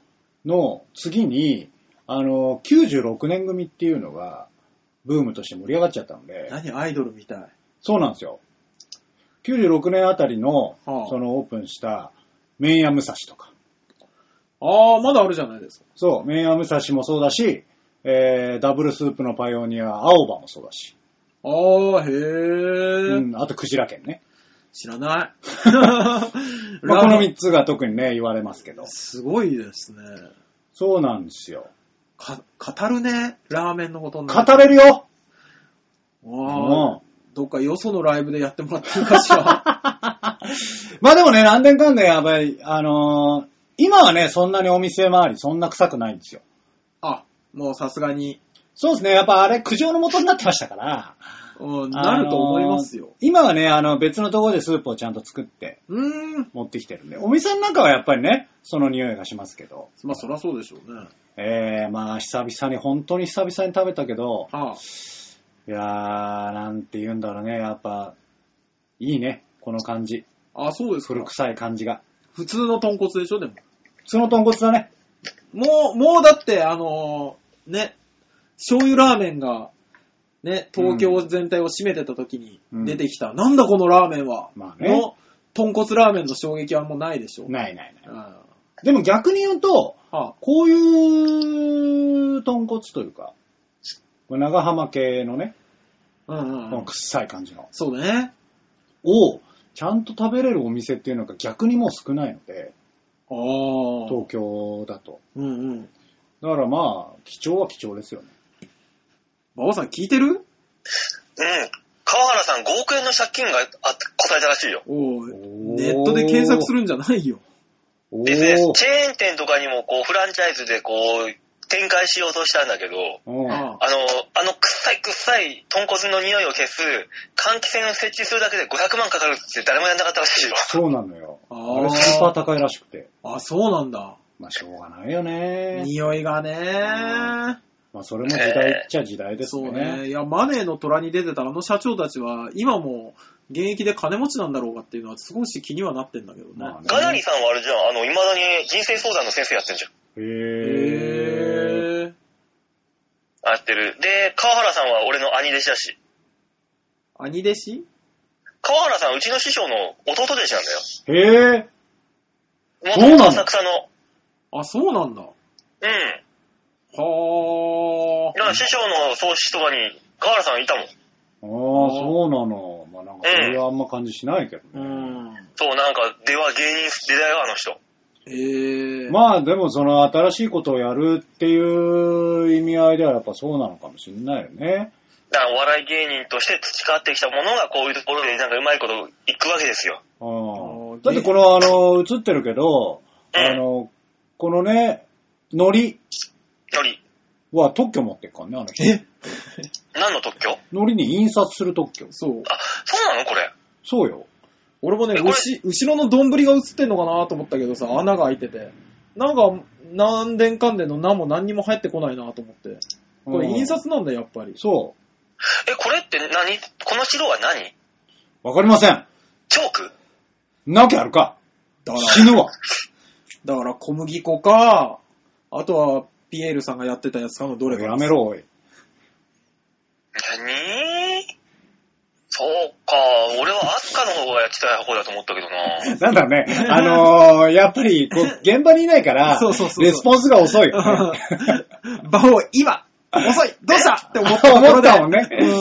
の次に、あの、96年組っていうのが、ブームとして盛り上がっちゃったので、何アイドルみたい。そうなんですよ。96年あたりの、はあそのオープンした、麺屋武蔵とか、ああ、まだあるじゃないですか。そう、麺屋武蔵もそうだし、えーダブルスープのパイオニア、青葉もそうだし、ああ、へえ、うん、あとクジラ県ね。知らない。 まあ、この3つ。つが特にね、言われますけど。すごいですね。そうなんですよ。か、語るね、ラーメンのことになる語れるよああ、どっかよそのライブでやってもらっていいかし ら。まあでもね、何年かんでやばい、あのー今はね、そんなにお店周りそんな臭くないんですよ。あ、もうさすがに、そうですね、やっぱあれ苦情の元になってましたから。うん、なると思いますあのよー。今はね、あの別のところでスープをちゃんと作ってうーん。持ってきてるんで、お店の中はやっぱりね、その匂いがしますけど。まあ、そりゃそうでしょうね。えー、まあ久々に、本当に久々に食べたけど、ああ、いやー、なんて言うんだろうね、やっぱ、いいね、この感じ。ああそうですか古。臭い感じが。普通の豚骨でしょ、でも。普通の豚骨だね。もう、もうだって、あのーね、醤油ラーメンが、ね、東京全体を占めてた時にうん出てきた、なんだこのラーメンは、まあねの、豚骨ラーメンの衝撃はもうないでしょう。ないないない。うん。あでも逆に言うと、あ、こういう豚骨というか、長浜系のね、うんうんこうのん。臭い感じの、そうだね。を、ちゃんと食べれるお店っていうのが逆にもう少ないので、ああ。東京だと。うんうん。だからまあ、貴重は貴重ですよね。馬王さん聞いてるうん。川原さん5億円の借金があって答えたらしいよ。おおいーネットで検索するんじゃないよ。おでね、ーチェーン店とかにもこうフランチャイズでこう展開しようとしたんだけど、うんあああの、あの臭い臭い豚骨の匂いを消す換気扇を設置するだけで500万かかるって誰もやんなかったらしいよ。そうなのよ。あーあれスーパー高いらしくて。あ、そうなんだ。まあ、しょうがないよね。匂いがね。まあ、それも時代っちゃ時代ですそうね。ね。いや、マネーの虎に出てたあの社長たちは、今も現役で金持ちなんだろうかっていうのは少し気にはなってんだけどね。まあねガナリさんはあれじゃん、あの、未だに人生相談の先生やってんじゃん。へへー。え。やってる。で、川原さんは俺の兄弟子だし。兄弟子川原さん、うちの師匠の弟弟子なんだよ。へえ。元そうなの々浅草の。あ、そうなんだ。はうん。あ。だから師匠の創始とかに川原さんいたもん。ああ、そうなの。まあなんか、それはあんま感じしないけうどね。ん。そう、なんか、では芸人、出会いはあの人。へえ。まあでも、その新しいことをやるっていう意味合いではやっぱそうなのかもしれないよね。だからお笑い芸人として培ってきたものがこういうところでなんかうまいこといくわけですよ。うーん。だってこの、あの、映ってるけど、うんあの、このね、ノリより。は特許持ってっからね、あの人。え何の特許ノリに印刷する特許。そう。あ、そうなのこれ。そうよ。俺もね、えこれ後後ろの丼が映ってんのかなと思ったけどさ、穴が開いてて。なんか、何年間での何も何にも入ってこないなと思って。これうん印刷なんだ、やっぱり。そえ、これって何この白は何う。わかりません。チョークなわけあるか。だから、死ぬわ。だから小麦粉か、あとは、ピエールさんがやってたやつかのどれか。やめろ、おい。何そうか。俺はアスカの方がやってた方だと思ったけど な。なんだろ うね。あのー、やっぱり、こう、現場にいないから、そうそうそうそうレスポンスが遅 いよ ね。場を今遅いどうしたって思ったとこ思ろっで。たもんね。うん。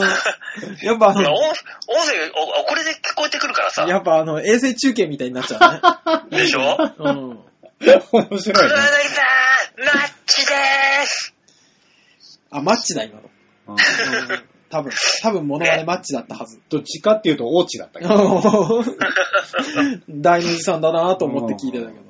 やっぱあほらの、音音声お、これで聞こえてくるからさ。やっぱあの、衛星中継みたいになっちゃでしょ黒うね。うん。面柳白いね。さん、マッチでーすあ、マッチだ、今の。うんうん多分、多分モノマネマッチだったはず。どっちかっていうと、オーチだった けど。大の字さんだなと思って聞いてたけど。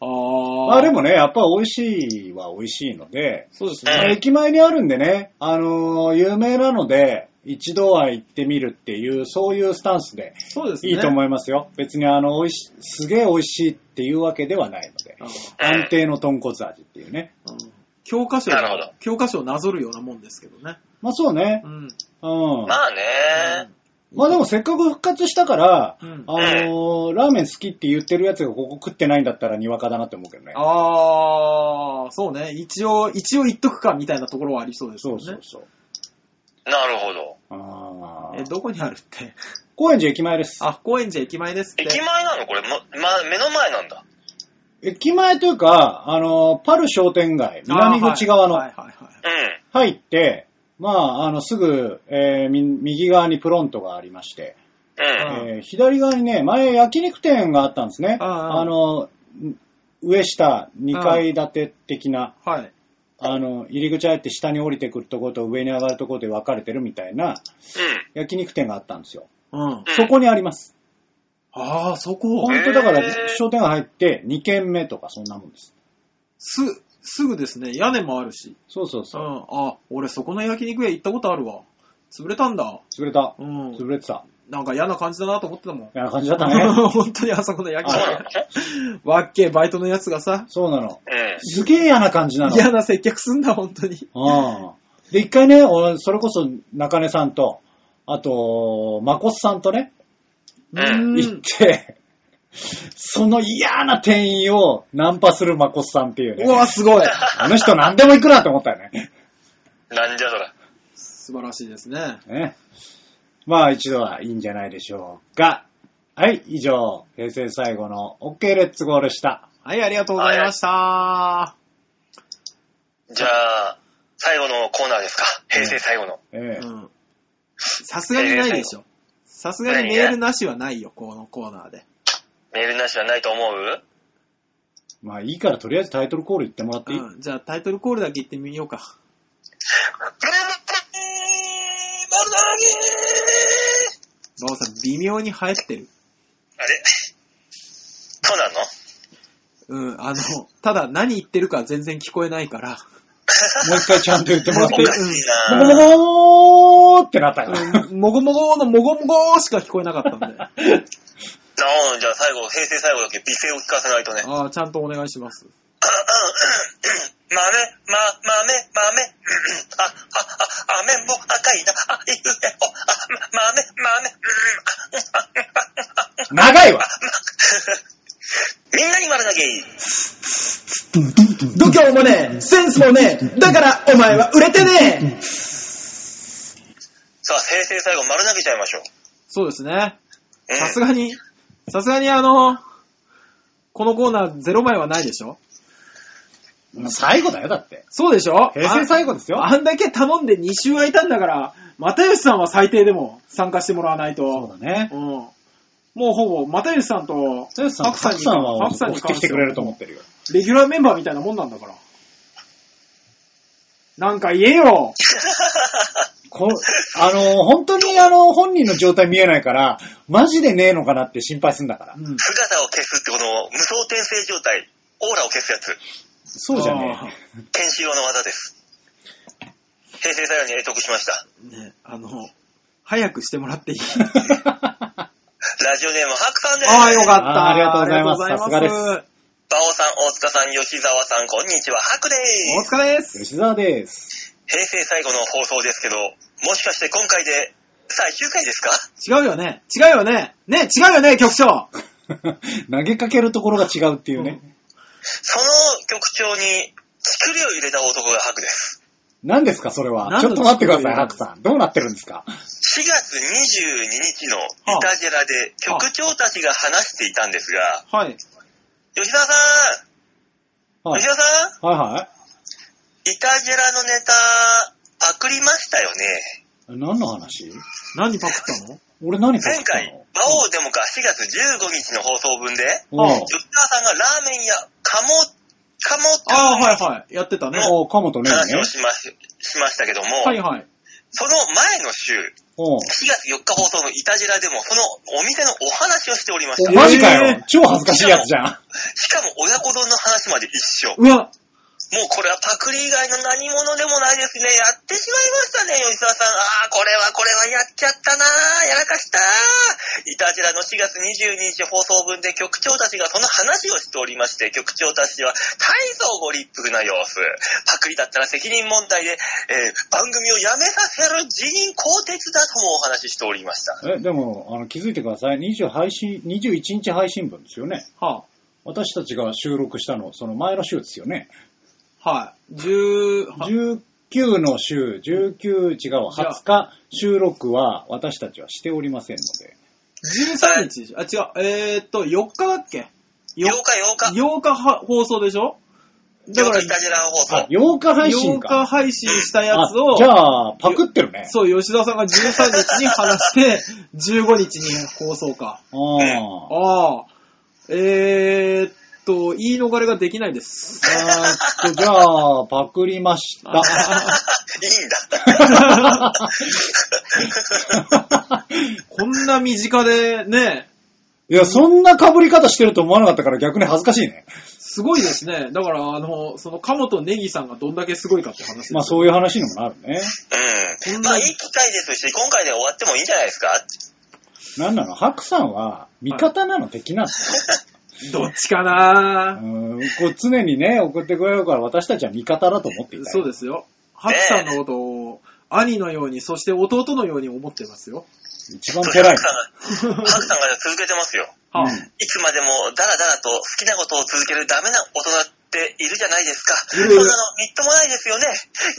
あー。あでもね、やっぱ美味しいは美味しいので、そうですまあね。駅前にあるんでね、あのー有名なので、一度は行ってみるっていう、そういうスタンスでそうですね。いいいと思いますよ。別にあの、美味し、すげえ美味しいっていうわけではないので。ます。うん安定の豚骨味っていうね。うん教科書なるほど、教科書をなぞるようなもんですけどね。まあそうねう。ん。うん。まあね、まあでもせっかく復活したから、うんあのーラーメン好きって言ってるやつがここ食ってないんだったらにわかだなって思うけどね。あー、そうね。一応、一応言っとくかみたいなところはありそうですそようね。そうそう。なるほど。あえ、ーどこにあるって。高円寺駅前です。 あ、高円寺駅前ですって。駅前なのこれ、ま、ま、目の前なんだ。駅前というか、あのーパル商店街、南口側あーはのいはいはいはい。うん。入って、まあ、あの、すぐ、えーみ右側にプロントがありまして、うん。うんえー左側にね、前焼肉店があったんですね。あああの、上下2階建て的な、はい。あの、入り口入って下に降りてくるところと上に上がるところで分かれてるみたいなうん。焼肉店があったんですよ。うん。そこにあります。ああ、そこ本当だからへー商店街入って2軒目とかそんなもんです。す、すぐですね。屋根もあるし。そうそううそんう。。あ、俺そこの焼肉屋行ったことあるわ。潰れたんだ。潰れた。うん。潰れてた。なんか嫌な感じだなと思って たもん。嫌な感じだったね。本当にあそこの焼そう肉な屋の。わっけえ、バイトのやつがさ、そうなの。うん。すげえ嫌な感じなの。嫌な接客すんだ、本当に。うん。で、一回ね、俺、それこそ中根さんと、あと、まこっさんとね、ううん行っん。て、その嫌な店員をナンパするまこっさんっていううね。わ、すごい。あの人何でも行くなって思ったよね。なんじゃそら。素晴らしいですね。ね。まあ一度はいいんじゃないでしょうか。はい、以上、平成最後の OK レッツゴーでした。はい、ありがとうございました。じゃあ、最後のコーナーですか。平成最後の。ええうん。さすがにないでしょ。さすがにメールなしはないよ、このコーナーで。メールなしはないと思うまあいいからとりあえずタイトルコール言ってもらっていい、うん。じゃあタイトルコールだけ言ってみようか。馬オさん、微妙に流行ってる。あれそうなのうん、あの、ただ何言ってるか全然聞こえないから。もう一回ちゃんと言ってもらって いいおかしいなもごもごーってなったから。うん、もごもごのもごもごしか聞こえなかったん で。あじゃあ最後、平成最後だけ美声を聞かせないとね。まあね、ああ、ちゃんとお願いします。ま、まめ、まめ、あ、あ、あ、あめんぼ赤いな、あ、いくえ、お、あ、まめ、まめ、長いわ みんなに丸投げ度胸もねえ、センスもねえ、だからお前は売れてねえさあ、平成最後丸投げちゃいましょう。そうですね。うんさすがに、さすがにあの、このコーナー0枚はないでしょ最後だよ、だって。そうでしょ平成最後ですよ。あんだけ頼んで2週空いたんだから、又吉さんは最低でも参加してもらわないそうと。だね。うん。もうほぼ、又吉さんと、とりあえずさ、白さん白にさんは白さんに送ってきてくれると思ってるよ。レギュラーメンバーみたいなもんなんだから。なんか言えよこあの、本当にあの、本人の状態見えないから、マジでねえのかなって心配すんだからう。ん。姿を消すってこの無双転生状態、オーラを消すやつ、そうじゃねえ。ケンシロウの技です。平成最後に得得しました。あーね、あの、早くしてもらって いいラジオネーム、ハクさんです。ああ、よかっあーた。ありがとうございますありがとうございまバオさん、大塚さん、吉沢さん、こんにちは、ハクでおーす。疲れです。吉沢です。平成最後の放送ですけど、もしかして今回で最終回ですか違うよね違うよねね違うよね局長 投げかけるところが違うっていうね。その局長に、乳首を入れた男が白です。何ですか、それは。何ちのょっと待ってください、作ハクさん。どうなってるんですか4月22日のイタジェラで局長たちが話していたんですが、はい。吉田さんはい吉。田さんはいはイタジェラのネタ、パクりましたよね。い。何の話何パクったの俺何か前回、馬王デモか4月15日の放送分で、おうあ吉川さんがラーメン屋、カモ、カモってああ、はいはい。やってたね。おう、かもとね。話をしまししましたけども、はいはい。その前の週、4おう月4日放送のイタジェラでも、そのお店のお話をしておりました。おマジかえよー。超恥ずかしいやつじゃん。しかも親子丼の話まで一緒。うわ、もうこれはパクリ以外の何者でもないですね。やってしまいましたね、吉沢さん。ああ、これはこれはやっちゃったなーやらかしたーイタジラの4月22日放送分で局長たちがその話をしておりまして、局長たちは大層ご立腹な様子。パクリだったら責任問題で、えー番組をやめさせる辞任更迭だともお話ししておりました。え、でも、あの、気づいてください。20配信、21日配信分ですよね。は私たちが収録したの、その前の週ですよね。あ、はい。十、は19の週、19、違うわ、じゃあ20日収録は私たちはしておりませんので。 13日でしょあ、違う。えーっと、4日だっけ8日 ?8 8日。 8日は放送でしょだだかかららイ、タジラ放送あ、。8日配信8日か。配信したやつをあ、じゃあ、パクってるね。そう、吉田さんが13日に話して、15日に放送か。あーああ。えー、っと、言い逃れができないです。あーっと、じゃあ、パクりま した。いいんだ。こんな身近でね、いや、そんな被り方してると思わなかったから逆に恥ずかしいね。すごいですね。だから、あの、その、カモとネギさんがどんだけすごいかって話です。まあ、そういう話にもなるね。うこんん。なまあいい機会ですし、今回で終わってもいいんじゃないですかなんなのハクさんは、味方なの敵な のどっちかなうんこう常にね、送ってくれるから私たちは味方だと思っていたよ。そうですよ。ハチさんのことを、兄のように、そして弟のように思ってますよ。 一番そう偉ハいク。さんが、ハクさんが続けてますよ。はあうんいつまでもダラダラと好きなことを続けるダメな大人っているじゃないですか。そいんるなのみっともないですよね。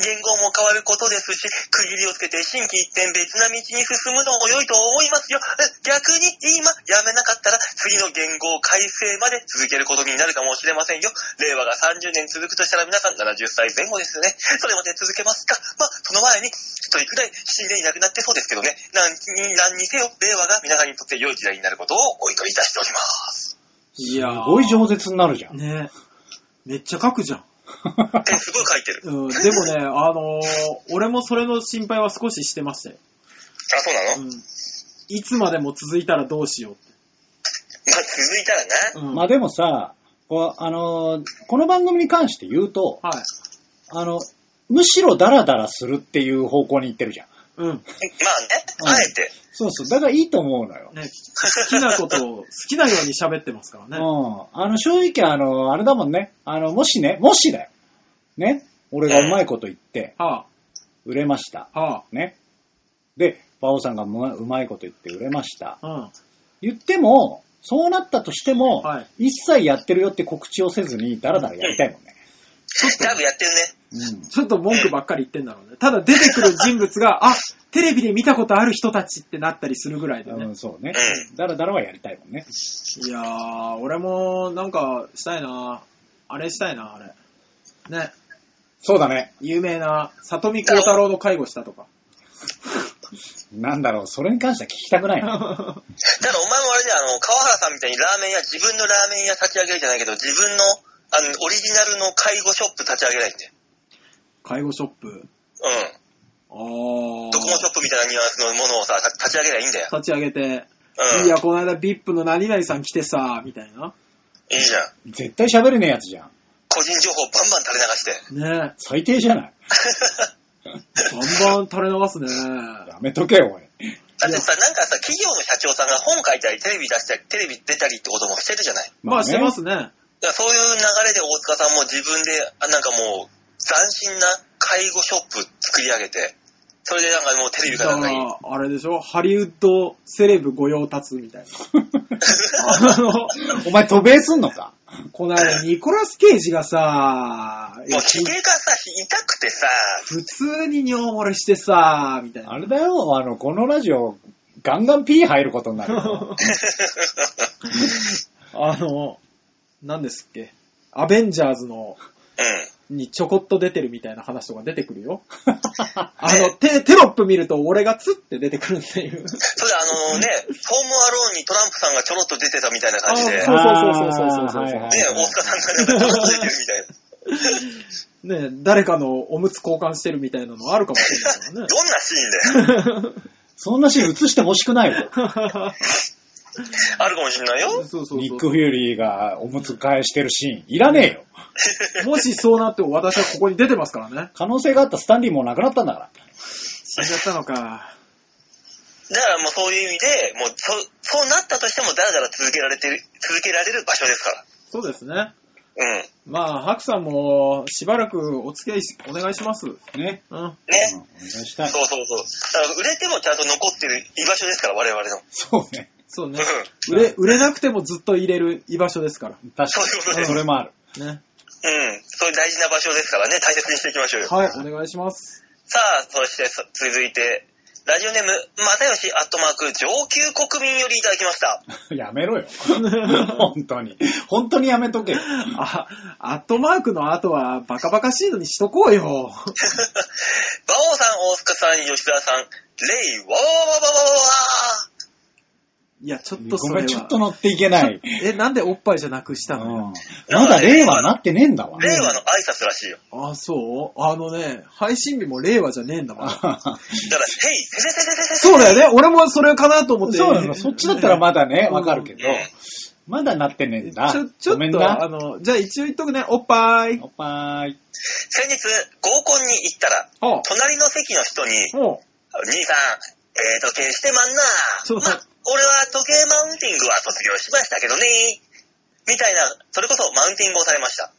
言語も変わることですし、区切りをつけて心機一転別な道に進むのも良いと思いますよ。え逆に今やめなかったら次の言語改正まで続けることになるかもしれませんよ。令和が30年続くとしたら皆さん70歳前後ですよね。それまで続けますかまあ、その前に一人くらい死んでいなくなってそうですけどね。何何にせよ、令和が皆さんにとって良い時代になることをお祈りいたしております。いやーすごい饒舌になるじゃん。ねめっちゃ書くじゃん。え、すごい書いてる。うん、でもね、あのー俺もそれの心配は少ししてましたよ。あ、そうなうの、ん。いつまでも続いたらどうしようって。まあ、続いたらね。うん。まあでもさ、こうあのーこの番組に関して言うと、はい。あの、むしろダラダラするっていう方向に行ってるじゃん。うん。まあね、うんあえて。そうそう。だからいいと思うのよ。ね、好きなことを好きなように喋ってますからうね。ん。あの、正直あの、あれだもんね。あの、もしね、もしだよ。ね。俺がうまいこと言って、は売れました。あ、はね。で、パオさんがうまうまいこと言って売れました。あ、言っても、そうなったとしても、はい一切やってるよって告知をせずに、ダラダラやりたいもんね。多分やってるね。ううんん。ちょっと文句ばっかり言ってんだろうね。ただ出てくる人物 が、あ、テレビで見たことある人たちってなったりするぐらいでうねん、。そうねう。ダラダラはやりたいもんね。いやー、俺もなんかしたいなあれしたいなあれ。ね、そうだね。有名な、里見幸太郎の介護したと か。なんだろう、それに関しては聞きたくな いな。だからお前もあれじゃんあの、川原さんみたいにラーメン屋、自分のラーメン屋立ち上げるじゃないけど、自分の、あの、オリジナルの介護ショップ立ち上げないんで。介護ショップ。うん。あー。ドコモショップみたいなニュアンスのものをさ、た立ち上げりゃいいんだよ。立ち上げて、うん。いいや、この間 VIP の何々さん来てさ、みたいな。いじゃん。絶対喋れねえやつじゃん。個人情報バンバン垂れ流して。ね最低じゃない。バンバン垂れ流す ね。やめとけよ、おい。。だってさ、なんかさ、企業の社長さんが本書いたり、テレビ出したり、テレビ出たりってこともしてるじゃない。まあ、してますすね。だからそういう流れで大塚さんも自分で、あなんかもう、斬新な介護ショップ作り上げて、それでなんかもうテレビかだなんかかに、ら、あれでしょハリウッドセレブ御用達みたいな。 あの、 お前、渡米すんのかこの間、ニコラス・ケイジがさ、い もやうヒゲがさ、痛くてさ、 普通に尿漏れしてさ、みたいな。あれだよ、あの、このラジオ、ガンガン P 入ること になるよ。あの、何ですっけ。アベンジャーズの、うん。にちょこっと出てるみたいな話とか出てくる よ。あの、テテロップ見ると俺がツッて出てくるっていう。それであのね、ホームアローンにトランプさんがちょろっと出てたみたいな感じで、ね、あそうそうそうそうそうそうあーはいはいはい大塚さんがなんかちょろっと出てるみたいな。ね誰かのおむつ交換してるみたいなのあるかもしれないどんなシーンでそんなシーン映してほしくないよ。からね。あるかもしんないよ。 そうそうニッそク・フューリーがおむつ替えしてるシーン、いらねえよ。う。 もしそうなっても私はここに出てますからね。可能性があったスタンリーもう亡くなったんだから。死んじゃったのか。だからもうそういう意味で、もうそそうなったとしてもだらだら続けられてる、続けられる場所ですから。そうですね。うん。まあ、ハクさんも、しばらくお付き合いしお願いします。うん。ね。うんね。お願いしたい。そうそうそう。だから売れてもちゃんと残ってる居場所ですから、我々の。そうね。そううんね。。売れ、売れなくてもずっと入れる居場所ですか確そういうことかでに。すそれもある。 ら。うね。ん。そういう大事な場所ですからね、大切にしていきましょうよ。はい、お願いします。さあ、そしてそ続いて、ラジオネーム、又吉アットマーク、上級国民よりいただきました。 やめろよ。本当に。本当にやめとけよ。あ、アットマークの後はバカバカしいのにしとこうよ。馬王さん、大塚さん、吉田さん、レイ、わわわわわわわわいや、ちょっとごそめれん、ちょっはと。乗ってい けない。うんえ、なんでおっぱいじゃなくしたのよまだ令和なってねえんだわ。令和の挨拶らしいよ。あ、そうあのね、配信日も令和じゃねえんだもん。 だから、ヘイ、せせせせせせ。そうだよね。俺もそれかなと思って。そうなの、そっちだったらまだね、うんわかるけど、うまだなってねえんちだ。ょ、ちょごめっんと、あな。の、じゃあ一応言っとくね。おっぱいお。っぱーい。先日、合コンに行ったら、あ、隣の席の人に、も兄さん、えー、時計してまんなそうまあ、俺は時計マウンティングは卒業しましたけどね。みたいな、それこそマウンティングをされました。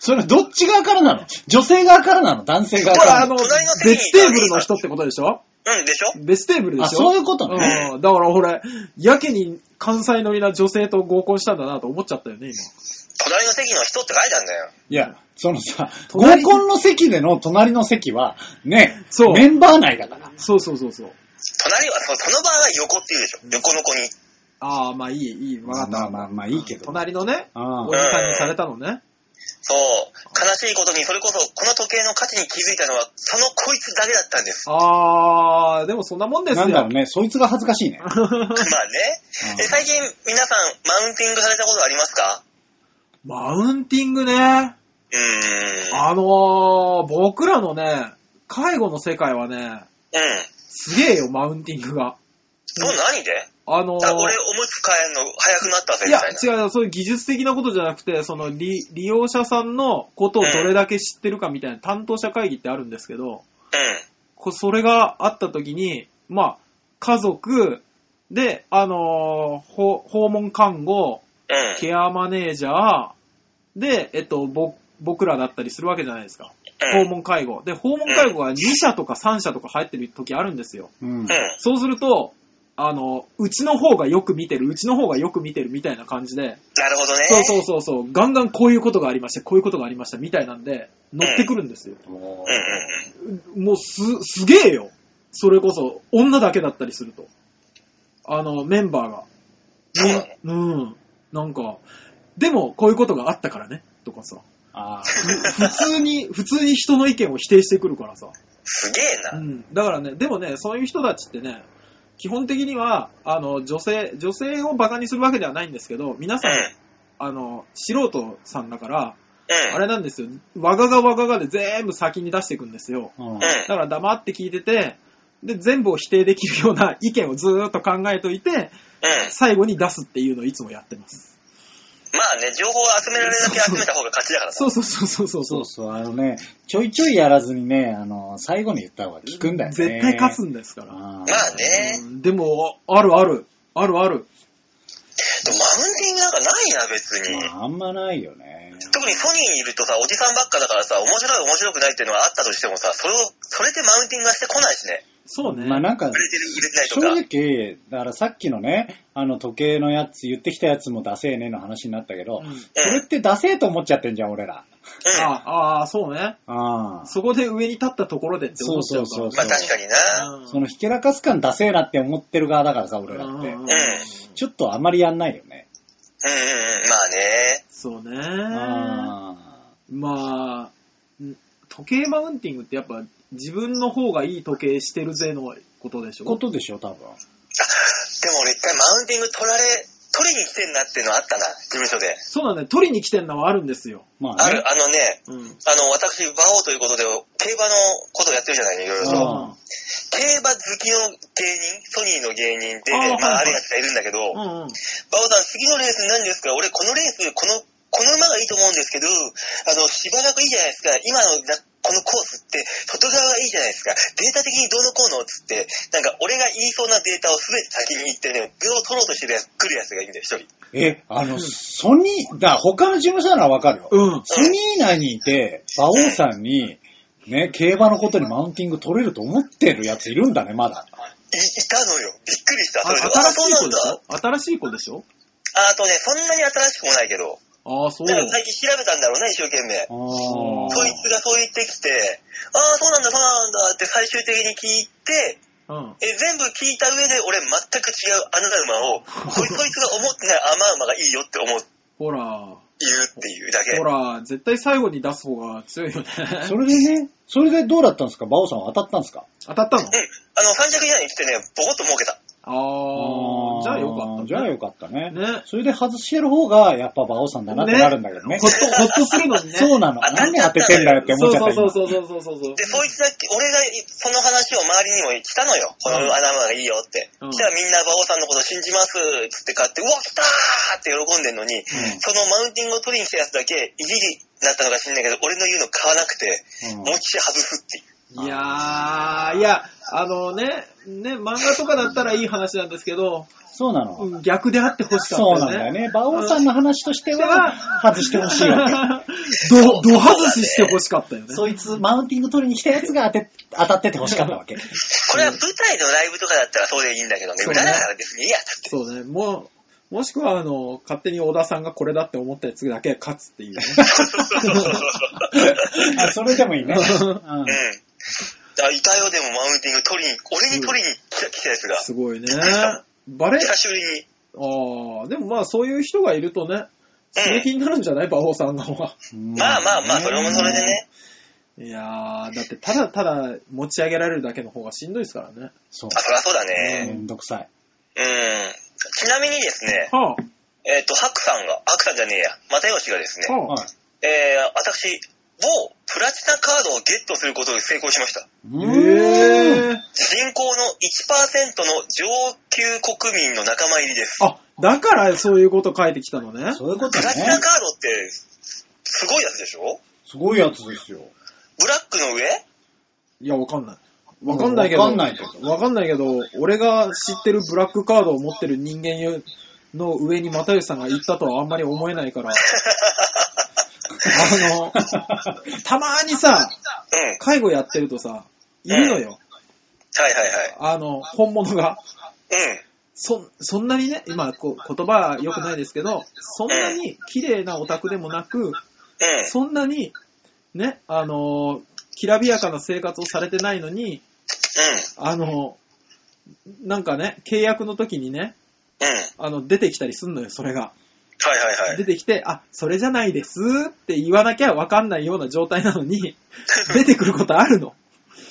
それどっち側からなの女性側からなの男性側う、かこれらあなの、の隣の席に別テーブルの人ってことでしょうん、でしょ別テーブルでしょあ、そういうことね。うん、だから俺、やけに関西乗りな女性と合コンしたんだなと思っちゃったよね、隣の席の人って書いてあるんだよ。いや、そのさ、合隣コンの席での隣の席は、ね、そうメンバー内だから。今。そうそうそうそう。隣は、そその場合は横って言うでしょ。横の子に。ああ、まあいい、いい、わかまあった。まあまあまあいいけど。隣のね、あおじさんにされたのね。そう。悲しいことに、それこそ、この時計の価値に気づいたのは、そのこいつだけだったんです。ああ、でもそんなもんですよ。なんだろうね、そいつが恥ずかしいね。まあね。え、最近、皆さん、マウンティングされたことありますか マウンティングね。うーん。あのー、僕らのね、介護の世界はね、うん。すげえよ、マウンティングが。そう、何であのー、あ俺、おむつ替えんの早くなったぜ、いみやたいな。、違うよ、そういう技術的なことじゃなくて、その利利用者さんのことをどれだけ知ってるかみたいな担当者会議ってあるんですけど、うん。こそれがあった時に、まあ、家族、で、あのーほ訪問看護、うん。ケアマネージャー、で、えっと、ぼ僕らだったりするわけじゃないですか。うん訪問介護。で、訪問介護が2社とか3社とか入ってる時あるんですよ。うん。うん。そうすると、あの、うちの方がよく見てる、うちの方がよく見てるみたいな感じで、なるほどね。そうそうそうそう、ガンガンこういうことがありました、こういうことがありましたみたいなんで、乗ってくるんですよ。もうんうんうん。もうす、すげえよ。それこそ、女だけだったりすると。あの、メンバーが。そうなのうん。なんか、でも、こういうことがあったからね、とかさ。あふ普通に、普通に人の意見を否定してくるからさ。すげえな。ううん。ん。だからね、でもね、そういう人たちってね、基本的には、あの、女性、女性をバカにするわけではないんですけど、皆さん、あの、素人さんだから、うん。あれなんですよ。わががわががで全部先に出していくんですよ。ーうんうん。だから黙って聞いてて、で、全部を否定できるような意見をずーっと考えといて、うん。最後に出すっていうのをいつもやってます。まあね、情報を集められるだけ集めた方が勝ちだからさ。そうそうそうそうそう。そうそう、あのね、ちょいちょいやらずにね、あの、最後に言った方が効くんだよね。絶対勝つんですから。あー。まあねう。んでも、あるある。あるでもマウある。ンティングなんかかないな、別に。まあ、あんまないよね。特にソニーにいるとさ、おじさんばっかだからさ、面白い面白くないっていうのはあったとしてもさ、それを、それでマウンティングはしてこないしね。そうね。まあなんか売、れてる、売れてないと正か。直、だからさっきのね、あの時計のやつ、言ってきたやつもダセえねの話になったけど、うんそれってダセえと思っちゃってんじゃん、俺ら。うん。あああ、そうね。ああ。そこで上に立ったところでって思っちゃうからね。そうまあ確かにな。うんそのひけらかす感ダセえなって思ってる側だからさ、俺らうんうっんてうん。ちょっとあまりやんないよね。うんうんうん。まあね。そうね。あまあ、ん時計マウンティングってやっぱ自分の方がいい時計してるぜのことでしあ。ょことでしょ、多分。でも俺一回マウンティング取られ、取りに来てんなっていうのあったな、事務所で。そうなんだよ。取りに来てんのはあるんですよ。まああるね、。あのね、うん。あの、私、馬王ということで、競馬のことをやってるじゃないの、いろいろうと。あ競馬好きの芸人、ソニーの芸人で、あーまあ、はあいはいるやつがいるんだけど、う馬王んうん。さん、次のレース何ですか俺、このレース、この、この馬がいいと思うんですけど、あの、しばらくいいじゃないですか。今のな、このコースって、外側がいいじゃないですか。データ的にどうのこうのっつって、なんか、俺が言いそうなデータを全て先に言ってね、秒を取ろうとしてるやつ、来るやつがいるんだよ、一人。え、あの、ソニー、だ、他の事務所ならわかるよ。うん。ソニー内にいて、馬王さんに、ね、競馬のことにマウンティング取れると思ってるやついるんだね、まだ。い、いたのよ。びっくりした。あそれで新しいあ、そ子うなでしんだ。ょ新しい子でしょあとね、そんなに新しくもないけど。ああ、そう。だから最近調べたんだろうね、一生懸命。あーそいつがそう言ってきて、ああ、そうなんだ、そうなんだって最終的に聞いて、うん。え全部聞いた上で俺全く違うあなた馬 を、こいそいつが思ってない甘馬がいいよって思う、ほら、言うっていうだけ。ほら、絶対最後に出す方が強いよね。それでね、それでどうだったんですか馬王さんは当たったんですか当たったのうん。あの、三着以内に来てね、ボコッと儲けた。ああ、じゃあよかった、ね。じゃあよかったね。ねそれで外してる方が、やっぱ馬王さんだなってなるんだけどね。ほっと、ほっとするのにね。そうなの。当たっ何ちゃ当ったててんだよって思っちゃった。そうそうそうそうそうそうそう。で、そいつだけ、俺がその話を周りにもしたのよ。このうんアナマがいいよって。うんじゃあみんな馬王さんのこと信じますっつって買って、うわ、来たーって喜んでんのに、んそのマウンティングを取りに来たやつだけ、いじりになったのか知んないけど、俺の言うの買わなくて、今持ち外すっていう。いやー、いや、あのね、ね、漫画とかだったらいい話なんですけど、そうなの。逆であってほしかったそようね。なんだよね。馬王さんの話としては、外してほしいわけ。 ど、ど外ししてほしかったよね。そいつ、マウンティング取りに来たやつが当て、当たっててほしかったわけ。これは舞台のライブとかだったらそうでいいんだけどね、そう裏ねだから別にいいやだって。そうね、もう、もしくは、あの、勝手に小田さんがこれだって思ったやつだけ勝つっていうね。あ、それでもいいね。ううんん。だからいたよでもマウンティング取りに、俺に取りに来た来たやつが、すごいね。バレ、久しぶりに。ああ、でもまあそういう人がいるとね、刺激になるんじゃない馬王さんの方が。まあまあまあ、それもそれで。ね。いやー、だってただただ持ち上げられるだけの方がしんどいですからね。そうあ、。そりゃそうだめね。んどくさい。うん。ちなみにですね、はえっ、と、ハクさんが、ハクさんじゃねえや、又吉がですねあ、、はあは。えー、私、某プラチナカードをゲットすることに成功しました。い。ええ。ー。人口の1%の上級国民の仲間入りです。あ、だからそういうこと書いてきたのね。そういうことプねラ。チナカードって、すごいやつでしょすごいやつですよ。ブラックの上いや、わかんない。わかんないけど。わかんないけどわかんないけど、俺が知ってるブラックカードを持ってる人間の上に又吉さんが行ったとはあんまり思えない から。あの、たまーにさ、うん。はい介護やってるとさ、いるのよ。はいはい。あの、本物が。うん。そ、そんなにね、今、こう言葉は良くないですけど、そんなに綺麗なオタクでもなく、うん。 そんなに、ね、あのー、きらびやかな生活をされてないのに、あのー、なんかね、契約の時にね、うん。うん。はいあの、出てきたりすんのよ、それが。はいはい。出てきて、あ、それじゃないですって言わなきゃわかんないような状態なのに、 出てくることあるの。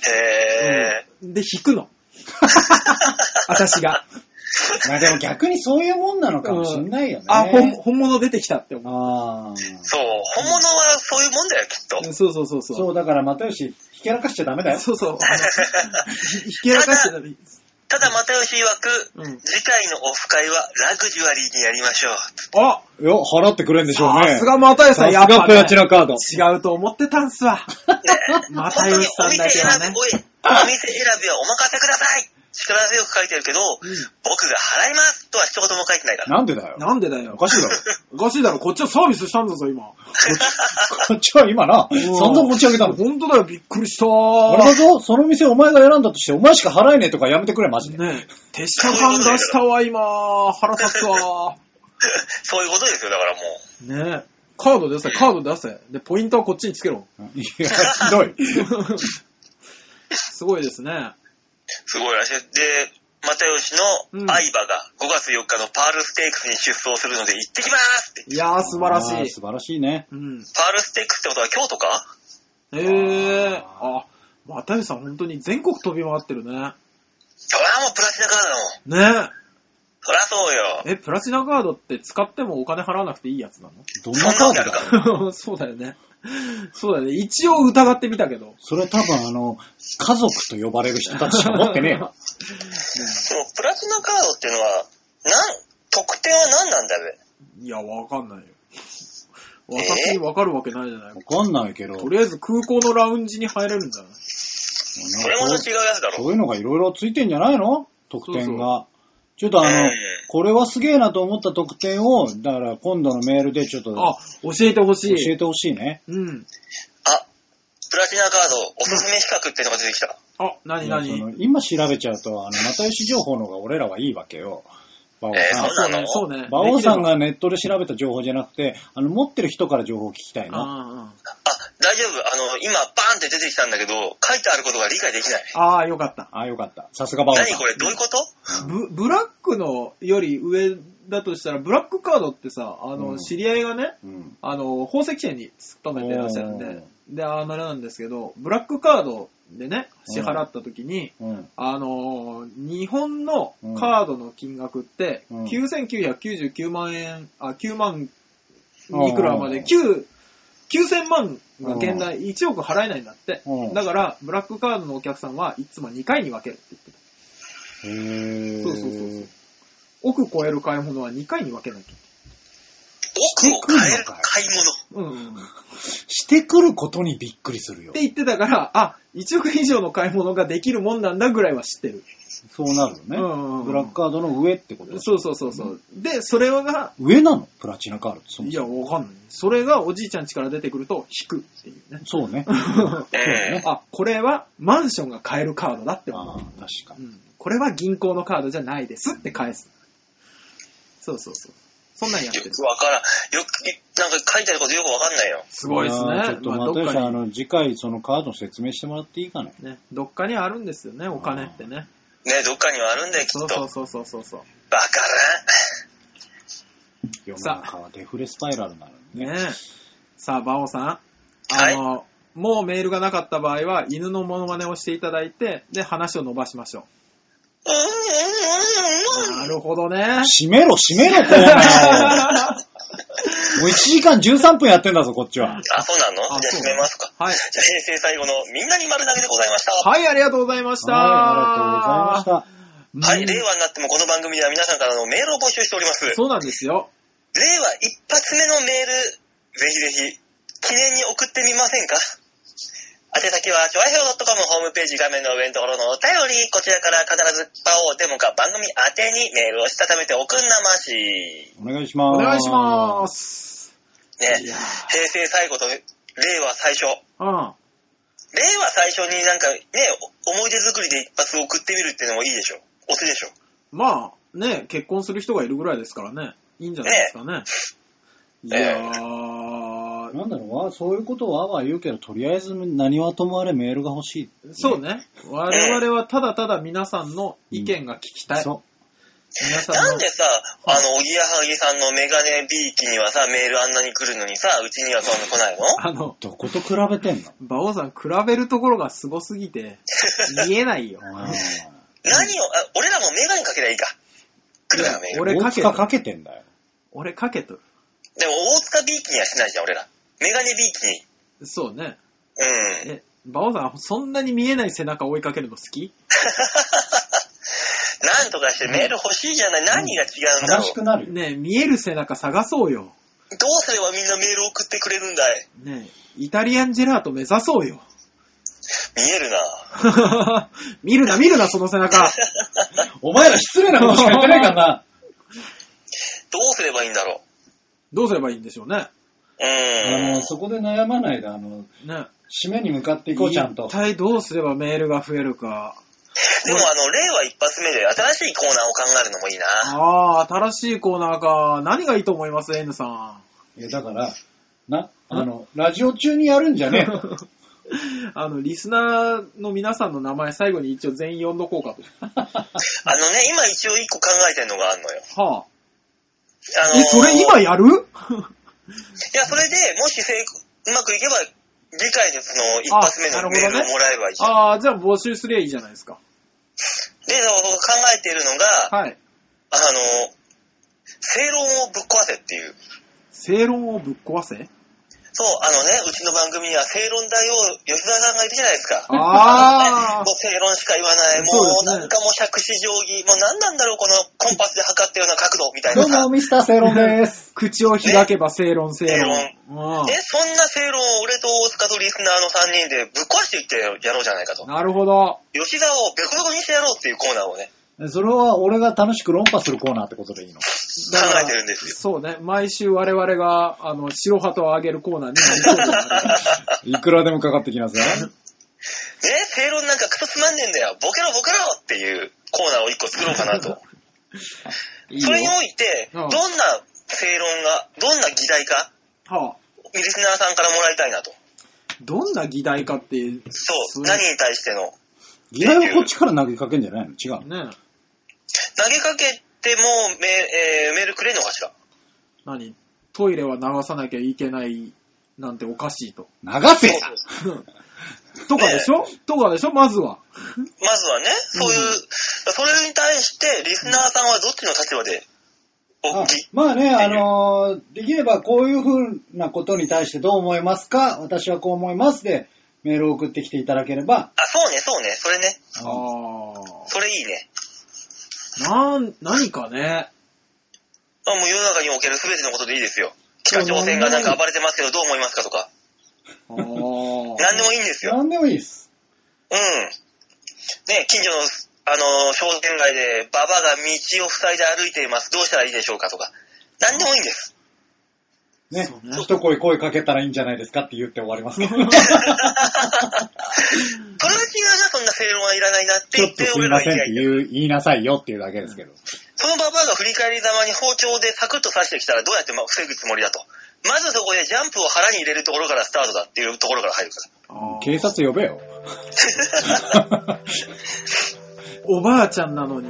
へえ。で、引く の。私が。まあでも逆にそういうもんなのかもしんないよね。あ、本本物出てきたって思う。ああ。そう。本物はそういうもんだよ、きっと。そうそうそうそう。そう、だから又吉、ひけらかしちゃダメだよ。そう そう。あのひひけらかしてたり。ただ、又吉曰く、うん。次回のオフ会はラグジュアリーにやりましょう。あよ、払ってくれんでしょうね。さすが又吉さん、やさっすがぱ、プねラチ、ナカード。違うと思ってたんすわ。本 又当に吉さおんだ店け選はび、ね。 おい、お店選びはお任せください力強く書いてるけど、僕が払いますとは一言も書いてないから。なんでだよ。なんでだよお。かしいだろ。おかしいだろ、こっちはサービスしたんだぞ、 今。こっちは今な、うん散々持ち上げたの。本当だよ、びっくりしたあれだぞ、その店お前が選んだとして、お前しか払えねえとかやめてくれ、マジで。ねえ、手下感出したわ、今。腹立つわ。 そういうことですよ、だからもう。 ねえ。カード出せ、カード出せ。で、ポイントはこっちにつけ ろ。いや、ひどい。すごいですね。すごいらしいです。で、又吉うのん相葉が5月4日のパールステークスに出走するので行ってきますって。いやー、素晴らあーしい素。晴らしいね。うん。パールステークスってことは京都かええー。あ、又吉さん本当に全国飛び回ってるね。そりゃもうプラチナカードだもん。ねそりゃそうよ。え。え、プラチナカードって使ってもお金払わなくていいやつなどんなカードだの そうだよね。そうだよね。一応疑ってみたけど。それ多分あの、家族と呼ばれる人たちしか持ってねえよ。そう、プラチナカードっていうのは、なん、得点は何なんだべ。いや、わかんないよ。私にわかるわけないじゃない。わかんないけど、とりあえず空港のラウンジに入れるんじゃないそれも違うやつだろ。そういうのがいろいろついてんじゃないの得点が。ちょっとあうのん、これはすげえなと思った得点を、だから今度のメールでちょっとあ、教えてほし教い。えてほしいね。うん。あ、プラチナカードおすすめ比較っていうのが出てきた。あ、なにないやそにの今調べちゃうと、あの、又吉情報の方が俺らはいいわけよ。馬王えさんー。そうなのそうね。馬王さんがネットで調べた情報じゃなくて、あの、持ってる人から情報を聞きたいできれば。の。ああ、大丈夫。あの、今、バーンって出てきたんだけど、書いてあることが理解できない。あああ、よかった。ああ、よかった。さすが馬王さん何。これどういうことブブラックのより上だとしたら、ブラックカードってさ、あうの、ん知り合いがね、うん。あの、宝石店に勤めてらっしゃるんおでー、で、ああ、なれなんですけど、ブラックカードでね、支払った時に、うん。あのー日本のカードの金額って、うん9999万円、あ、9万いくらまうで、ん9、9000万が現代1億払えないんだってう。んだから、ブラックカードのお客さんはいつも2回に分けるって言ってた。へーそうそうそうそう億超える買い物は2回に分けなきゃ。奥を変えるしてくんのかい買い物。うんうんうん。っしてくることにびっくりするよて。言ってたから、あ、1億以上の買い物ができるもんなんだぐらいは知ってる。そうなるよね。うんうんうんブラックカードの上ってことだそうそうそうそう。で、それが、上なのプラチナカードってそもいそや、もわかんない。それがおじいちゃん家から出てくると引くっていうね。そ うね。うん。あ、これはマンションが買えるカードだってあ思あう。確かうに。ん、これは銀行のカードじゃないですって返す。そうそうそう。そんなんやってよる。くわからん。よく、なんか書いてあることよくわかんないよ。すごいですね。ちょっと、まあ、まどたっさん、かあの、次回そのカードの説明してもらっていいかね。に、ね、どっかにあるんですよね、お金ってね。ね、どっかにはあるんだよ、きっそと。うそうそうそうそうそう。バカ世のさあ中はデフレスパイラルなのにねね。え。さあ、バオさん。はあいの、もうメールがなかった場合は、犬のモノマネをしていただいて、で、話を伸ばしましょらん。うん、うん、うん、う。うん。なるほ どね。閉めろ、閉めろ、コーナーをもう1時間13分やってんだぞ、こっちは。あ、そうなのあじゃあそう閉めますか。はい。じゃあ平成最後のみんなに丸投げでございました。ははい、ありがとうございました。はい、ありがとうございました。うんい、令和になってもこの番組では皆さんからのメールを募集しております。令和そうなんですよ。一発目のメール、ぜひぜひ、記念に送ってみませんか宛先は、ちょわひょう .com ホームページ画面の上のところのお便り、こちらから必ず、パオデモか番組宛てにメールをしたためておくんなまし。お願いしまおす。願いします。ねい、や平成最後と令和最初。うん。令和最初になんかね、お思い出作りで一発送ってみるっていうのもいいでしょ。おつでしょ。まあ、ね、結婚する人がいるぐらいですからね。いいんじゃないですかね。いええやー、なんだろうわ、そういうことはは言うけど、とりあえず何はともあれメールが欲しい。そうね。我々はただただ皆さんの意見が聞きたい。そ皆さなんんでの。さ、あの、おぎやはぎさんのメガネビーキにはさ、メールあんなに来るのにさ、うちにはそんな来ないのあのう。、どこと比べて んの馬王さん、比べるところがすごすぎ て、見えないよ。あー何を、あ俺らもメガネかけりゃいいか。来るからメール。俺か大け塚かけてんだよ。俺かけとる。でも大塚ビーキにはしないじゃん、俺ら。メガネビーキに。そうね。うん。え、 馬王さん、そんなに見えない背中追いかけるの好きなんとかしてメール欲しいじゃない。何が違うんだ悲ろしう。くなるよ。ねえ見える背中探そうよ。どうすればみんなメール送ってくれるんだい。ねえイタリアンジェラート目指そうよ。 見えるな。見るな、見るな、その背中。お前ら失礼なことしか言ってないからな。どうすればいいんだろう。どうすればいいんでしょうね。あうん。の、そこで悩まないで、あの、ね。締めに向かっていこう、ちゃんと一。体どうすればメールが増えるか。 でもあの、令和一発目で新しいコーナーを考えるのもいいな。ああ、新しいコーナーか。何がいいと思います ?N さん。いや、だから、な、あの、ラジオ中にやるんじゃねえよ あの、リスナーの皆さんの名前最後に一応全員呼んどこうかと。あのね、今一応一個考えてるのがあるのよ。はあのあ。え、それ今いやる や、それで、もし成功うまくいけば、次回でその、一発目あなるのほメどねールをもらえばいいじゃん。ああ、じゃあ募集すりゃいいじゃないですか。で、そう考えてるのが、はい。あの、正論をぶっ壊せっていう。正論をぶっ 壊せそう、あのね、うちの番組には正論大王、吉沢さんがいるじゃないですか。ああね、もう正論しか言わない。もそううですねなんかもう百子定規。もう何なんだろう、このコンパスで測ったような角度み たいなどうさ。も、ミスター正論です。口を開けば正論、正論。え、そんな正論を俺と大塚とリスナーの3人でぶっ壊していってやろうじゃないかうとん。。なるほど。吉沢をベコベコにしてやろうっていうコーナーをね、 それは俺が楽しく論破するコーナーってことでいいの考えてるんですよ。そうね。毎週我々が、あの、白旗を上げるコーナーになりそうです いくらでもかかってきますよ。ね、正論なんかクソつまんねえんだよ。ボケろボケろっていうコーナーを一個作ろうかなと。 い いそれによ。おいて、うどんんな正論が、どんな議題か、はあ。リスナーさんからもらいたいなと。どんな議題かっていう。そう。ね何に対しての。議題はこっちから投げかけんじゃないの違うのね投げかけてもメ,、えーメールくれんのか しら。何トイレは流さなきゃいけないなんておかしいと。流せやとかでし ょとかでしょまずは。まずはね、そういう、それに対してリスナーさんはどっちの立場で、おあぎまあね、あのーできればこういうふうなことに対してどう思いますか私はこう思いますで、メールを送ってきていただければ、あ、そうね、そうね、それね。ああそれいいね。なん、何かね。あもう世の中における全てのことでいいですよ。北朝鮮がなんか暴れてますけどどう思いますかとか。ああ。何 でもいいんですよ。何でもいいです。うん。ね、近所の、あのー、商店街でババアが道を塞いで歩いています。どうしたらいいでしょうかとか。何でもいいんです。ねそうね、一声声かけたらいいんじゃないですかって言って終わりますけど。それは違うな、そんな正論はいらないなってちょ言っっとてす俺いらまはせん言っいたてい。言う言いなさいよっていうだけですけど。そのババアが振り返りざまに包丁でサクッと刺してきたらどうやってま防ぐつもりだと。まずそこでジャンプを腹に入れるところからスタートだっていうところから入るから。あー 警察呼べよ。 おばあちゃんなのに、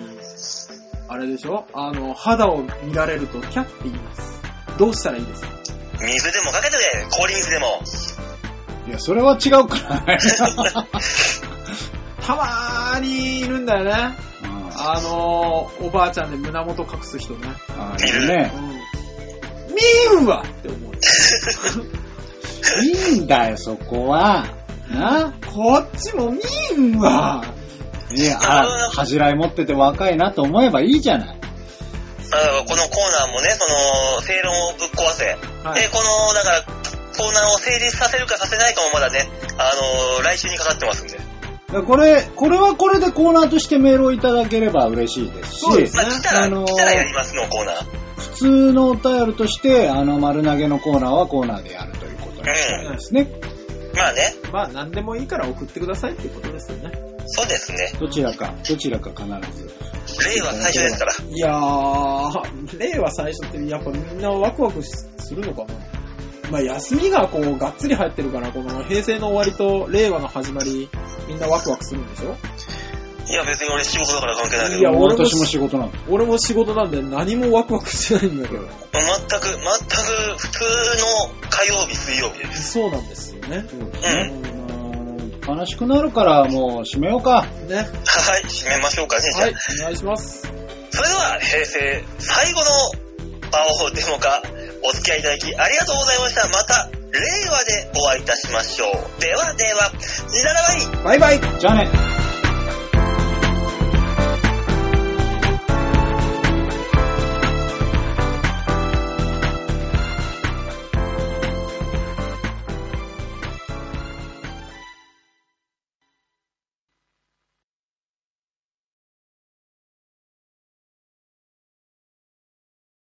あれでしょあの、肌を見られるとキャッて言います。どうしたらいいですか水でもかけてくれ氷水でも。いや、それは違うから。たまーにいるんだよね。あのー、おばあちゃんで胸元隠す人ね。あいるね。うん。見えんわって思う。いいんだよ、そこは。なこっちも見えんわ。いや、あ恥じらい持ってて若いなと思えばいいじゃない。だからこのコーナーもね、その、正論をぶっ壊せ。はいで、この、だから、コーナーを成立させるかさせないかもまだね、あのー来週にかかってますんで。だからこれ、これはこれでコーナーとしてメールをいただければ嬉しいですし、そうですまあ、来たら、あのー来たらやりますの、コーナー。うん。普通のお便りとして、あの、丸投げのコーナーはコーナーでやるということにしたいですね。まあね、まあ、何でもいいから送ってくださいってことですよね。そうですね。どちらか、どちらか必ず。例は最初ですから。いやー、令和最初ってやっぱみんなワクワクするのかな。まあ、休みがこう、がっつり入ってるから、この平成の終わりと令和の始まり、みんなワクワクするんでしょいや、別に俺仕事だから関係ないけいやど。俺も私も仕事なんだ。俺も仕事なんで何もワクワクしてないんだけど。全く、全く普通の火曜日、水曜日です。そうなんですよね。うん。うん悲しくなるからもう閉めようか。うんね。はい、締めましょうかね、じゃあはい、お願いします。それでは平成最後のバオデモカお付き合いいただきありがとうございました。また令和でお会いいたしましょう。ではでは、にだらばいバイバイじゃあね。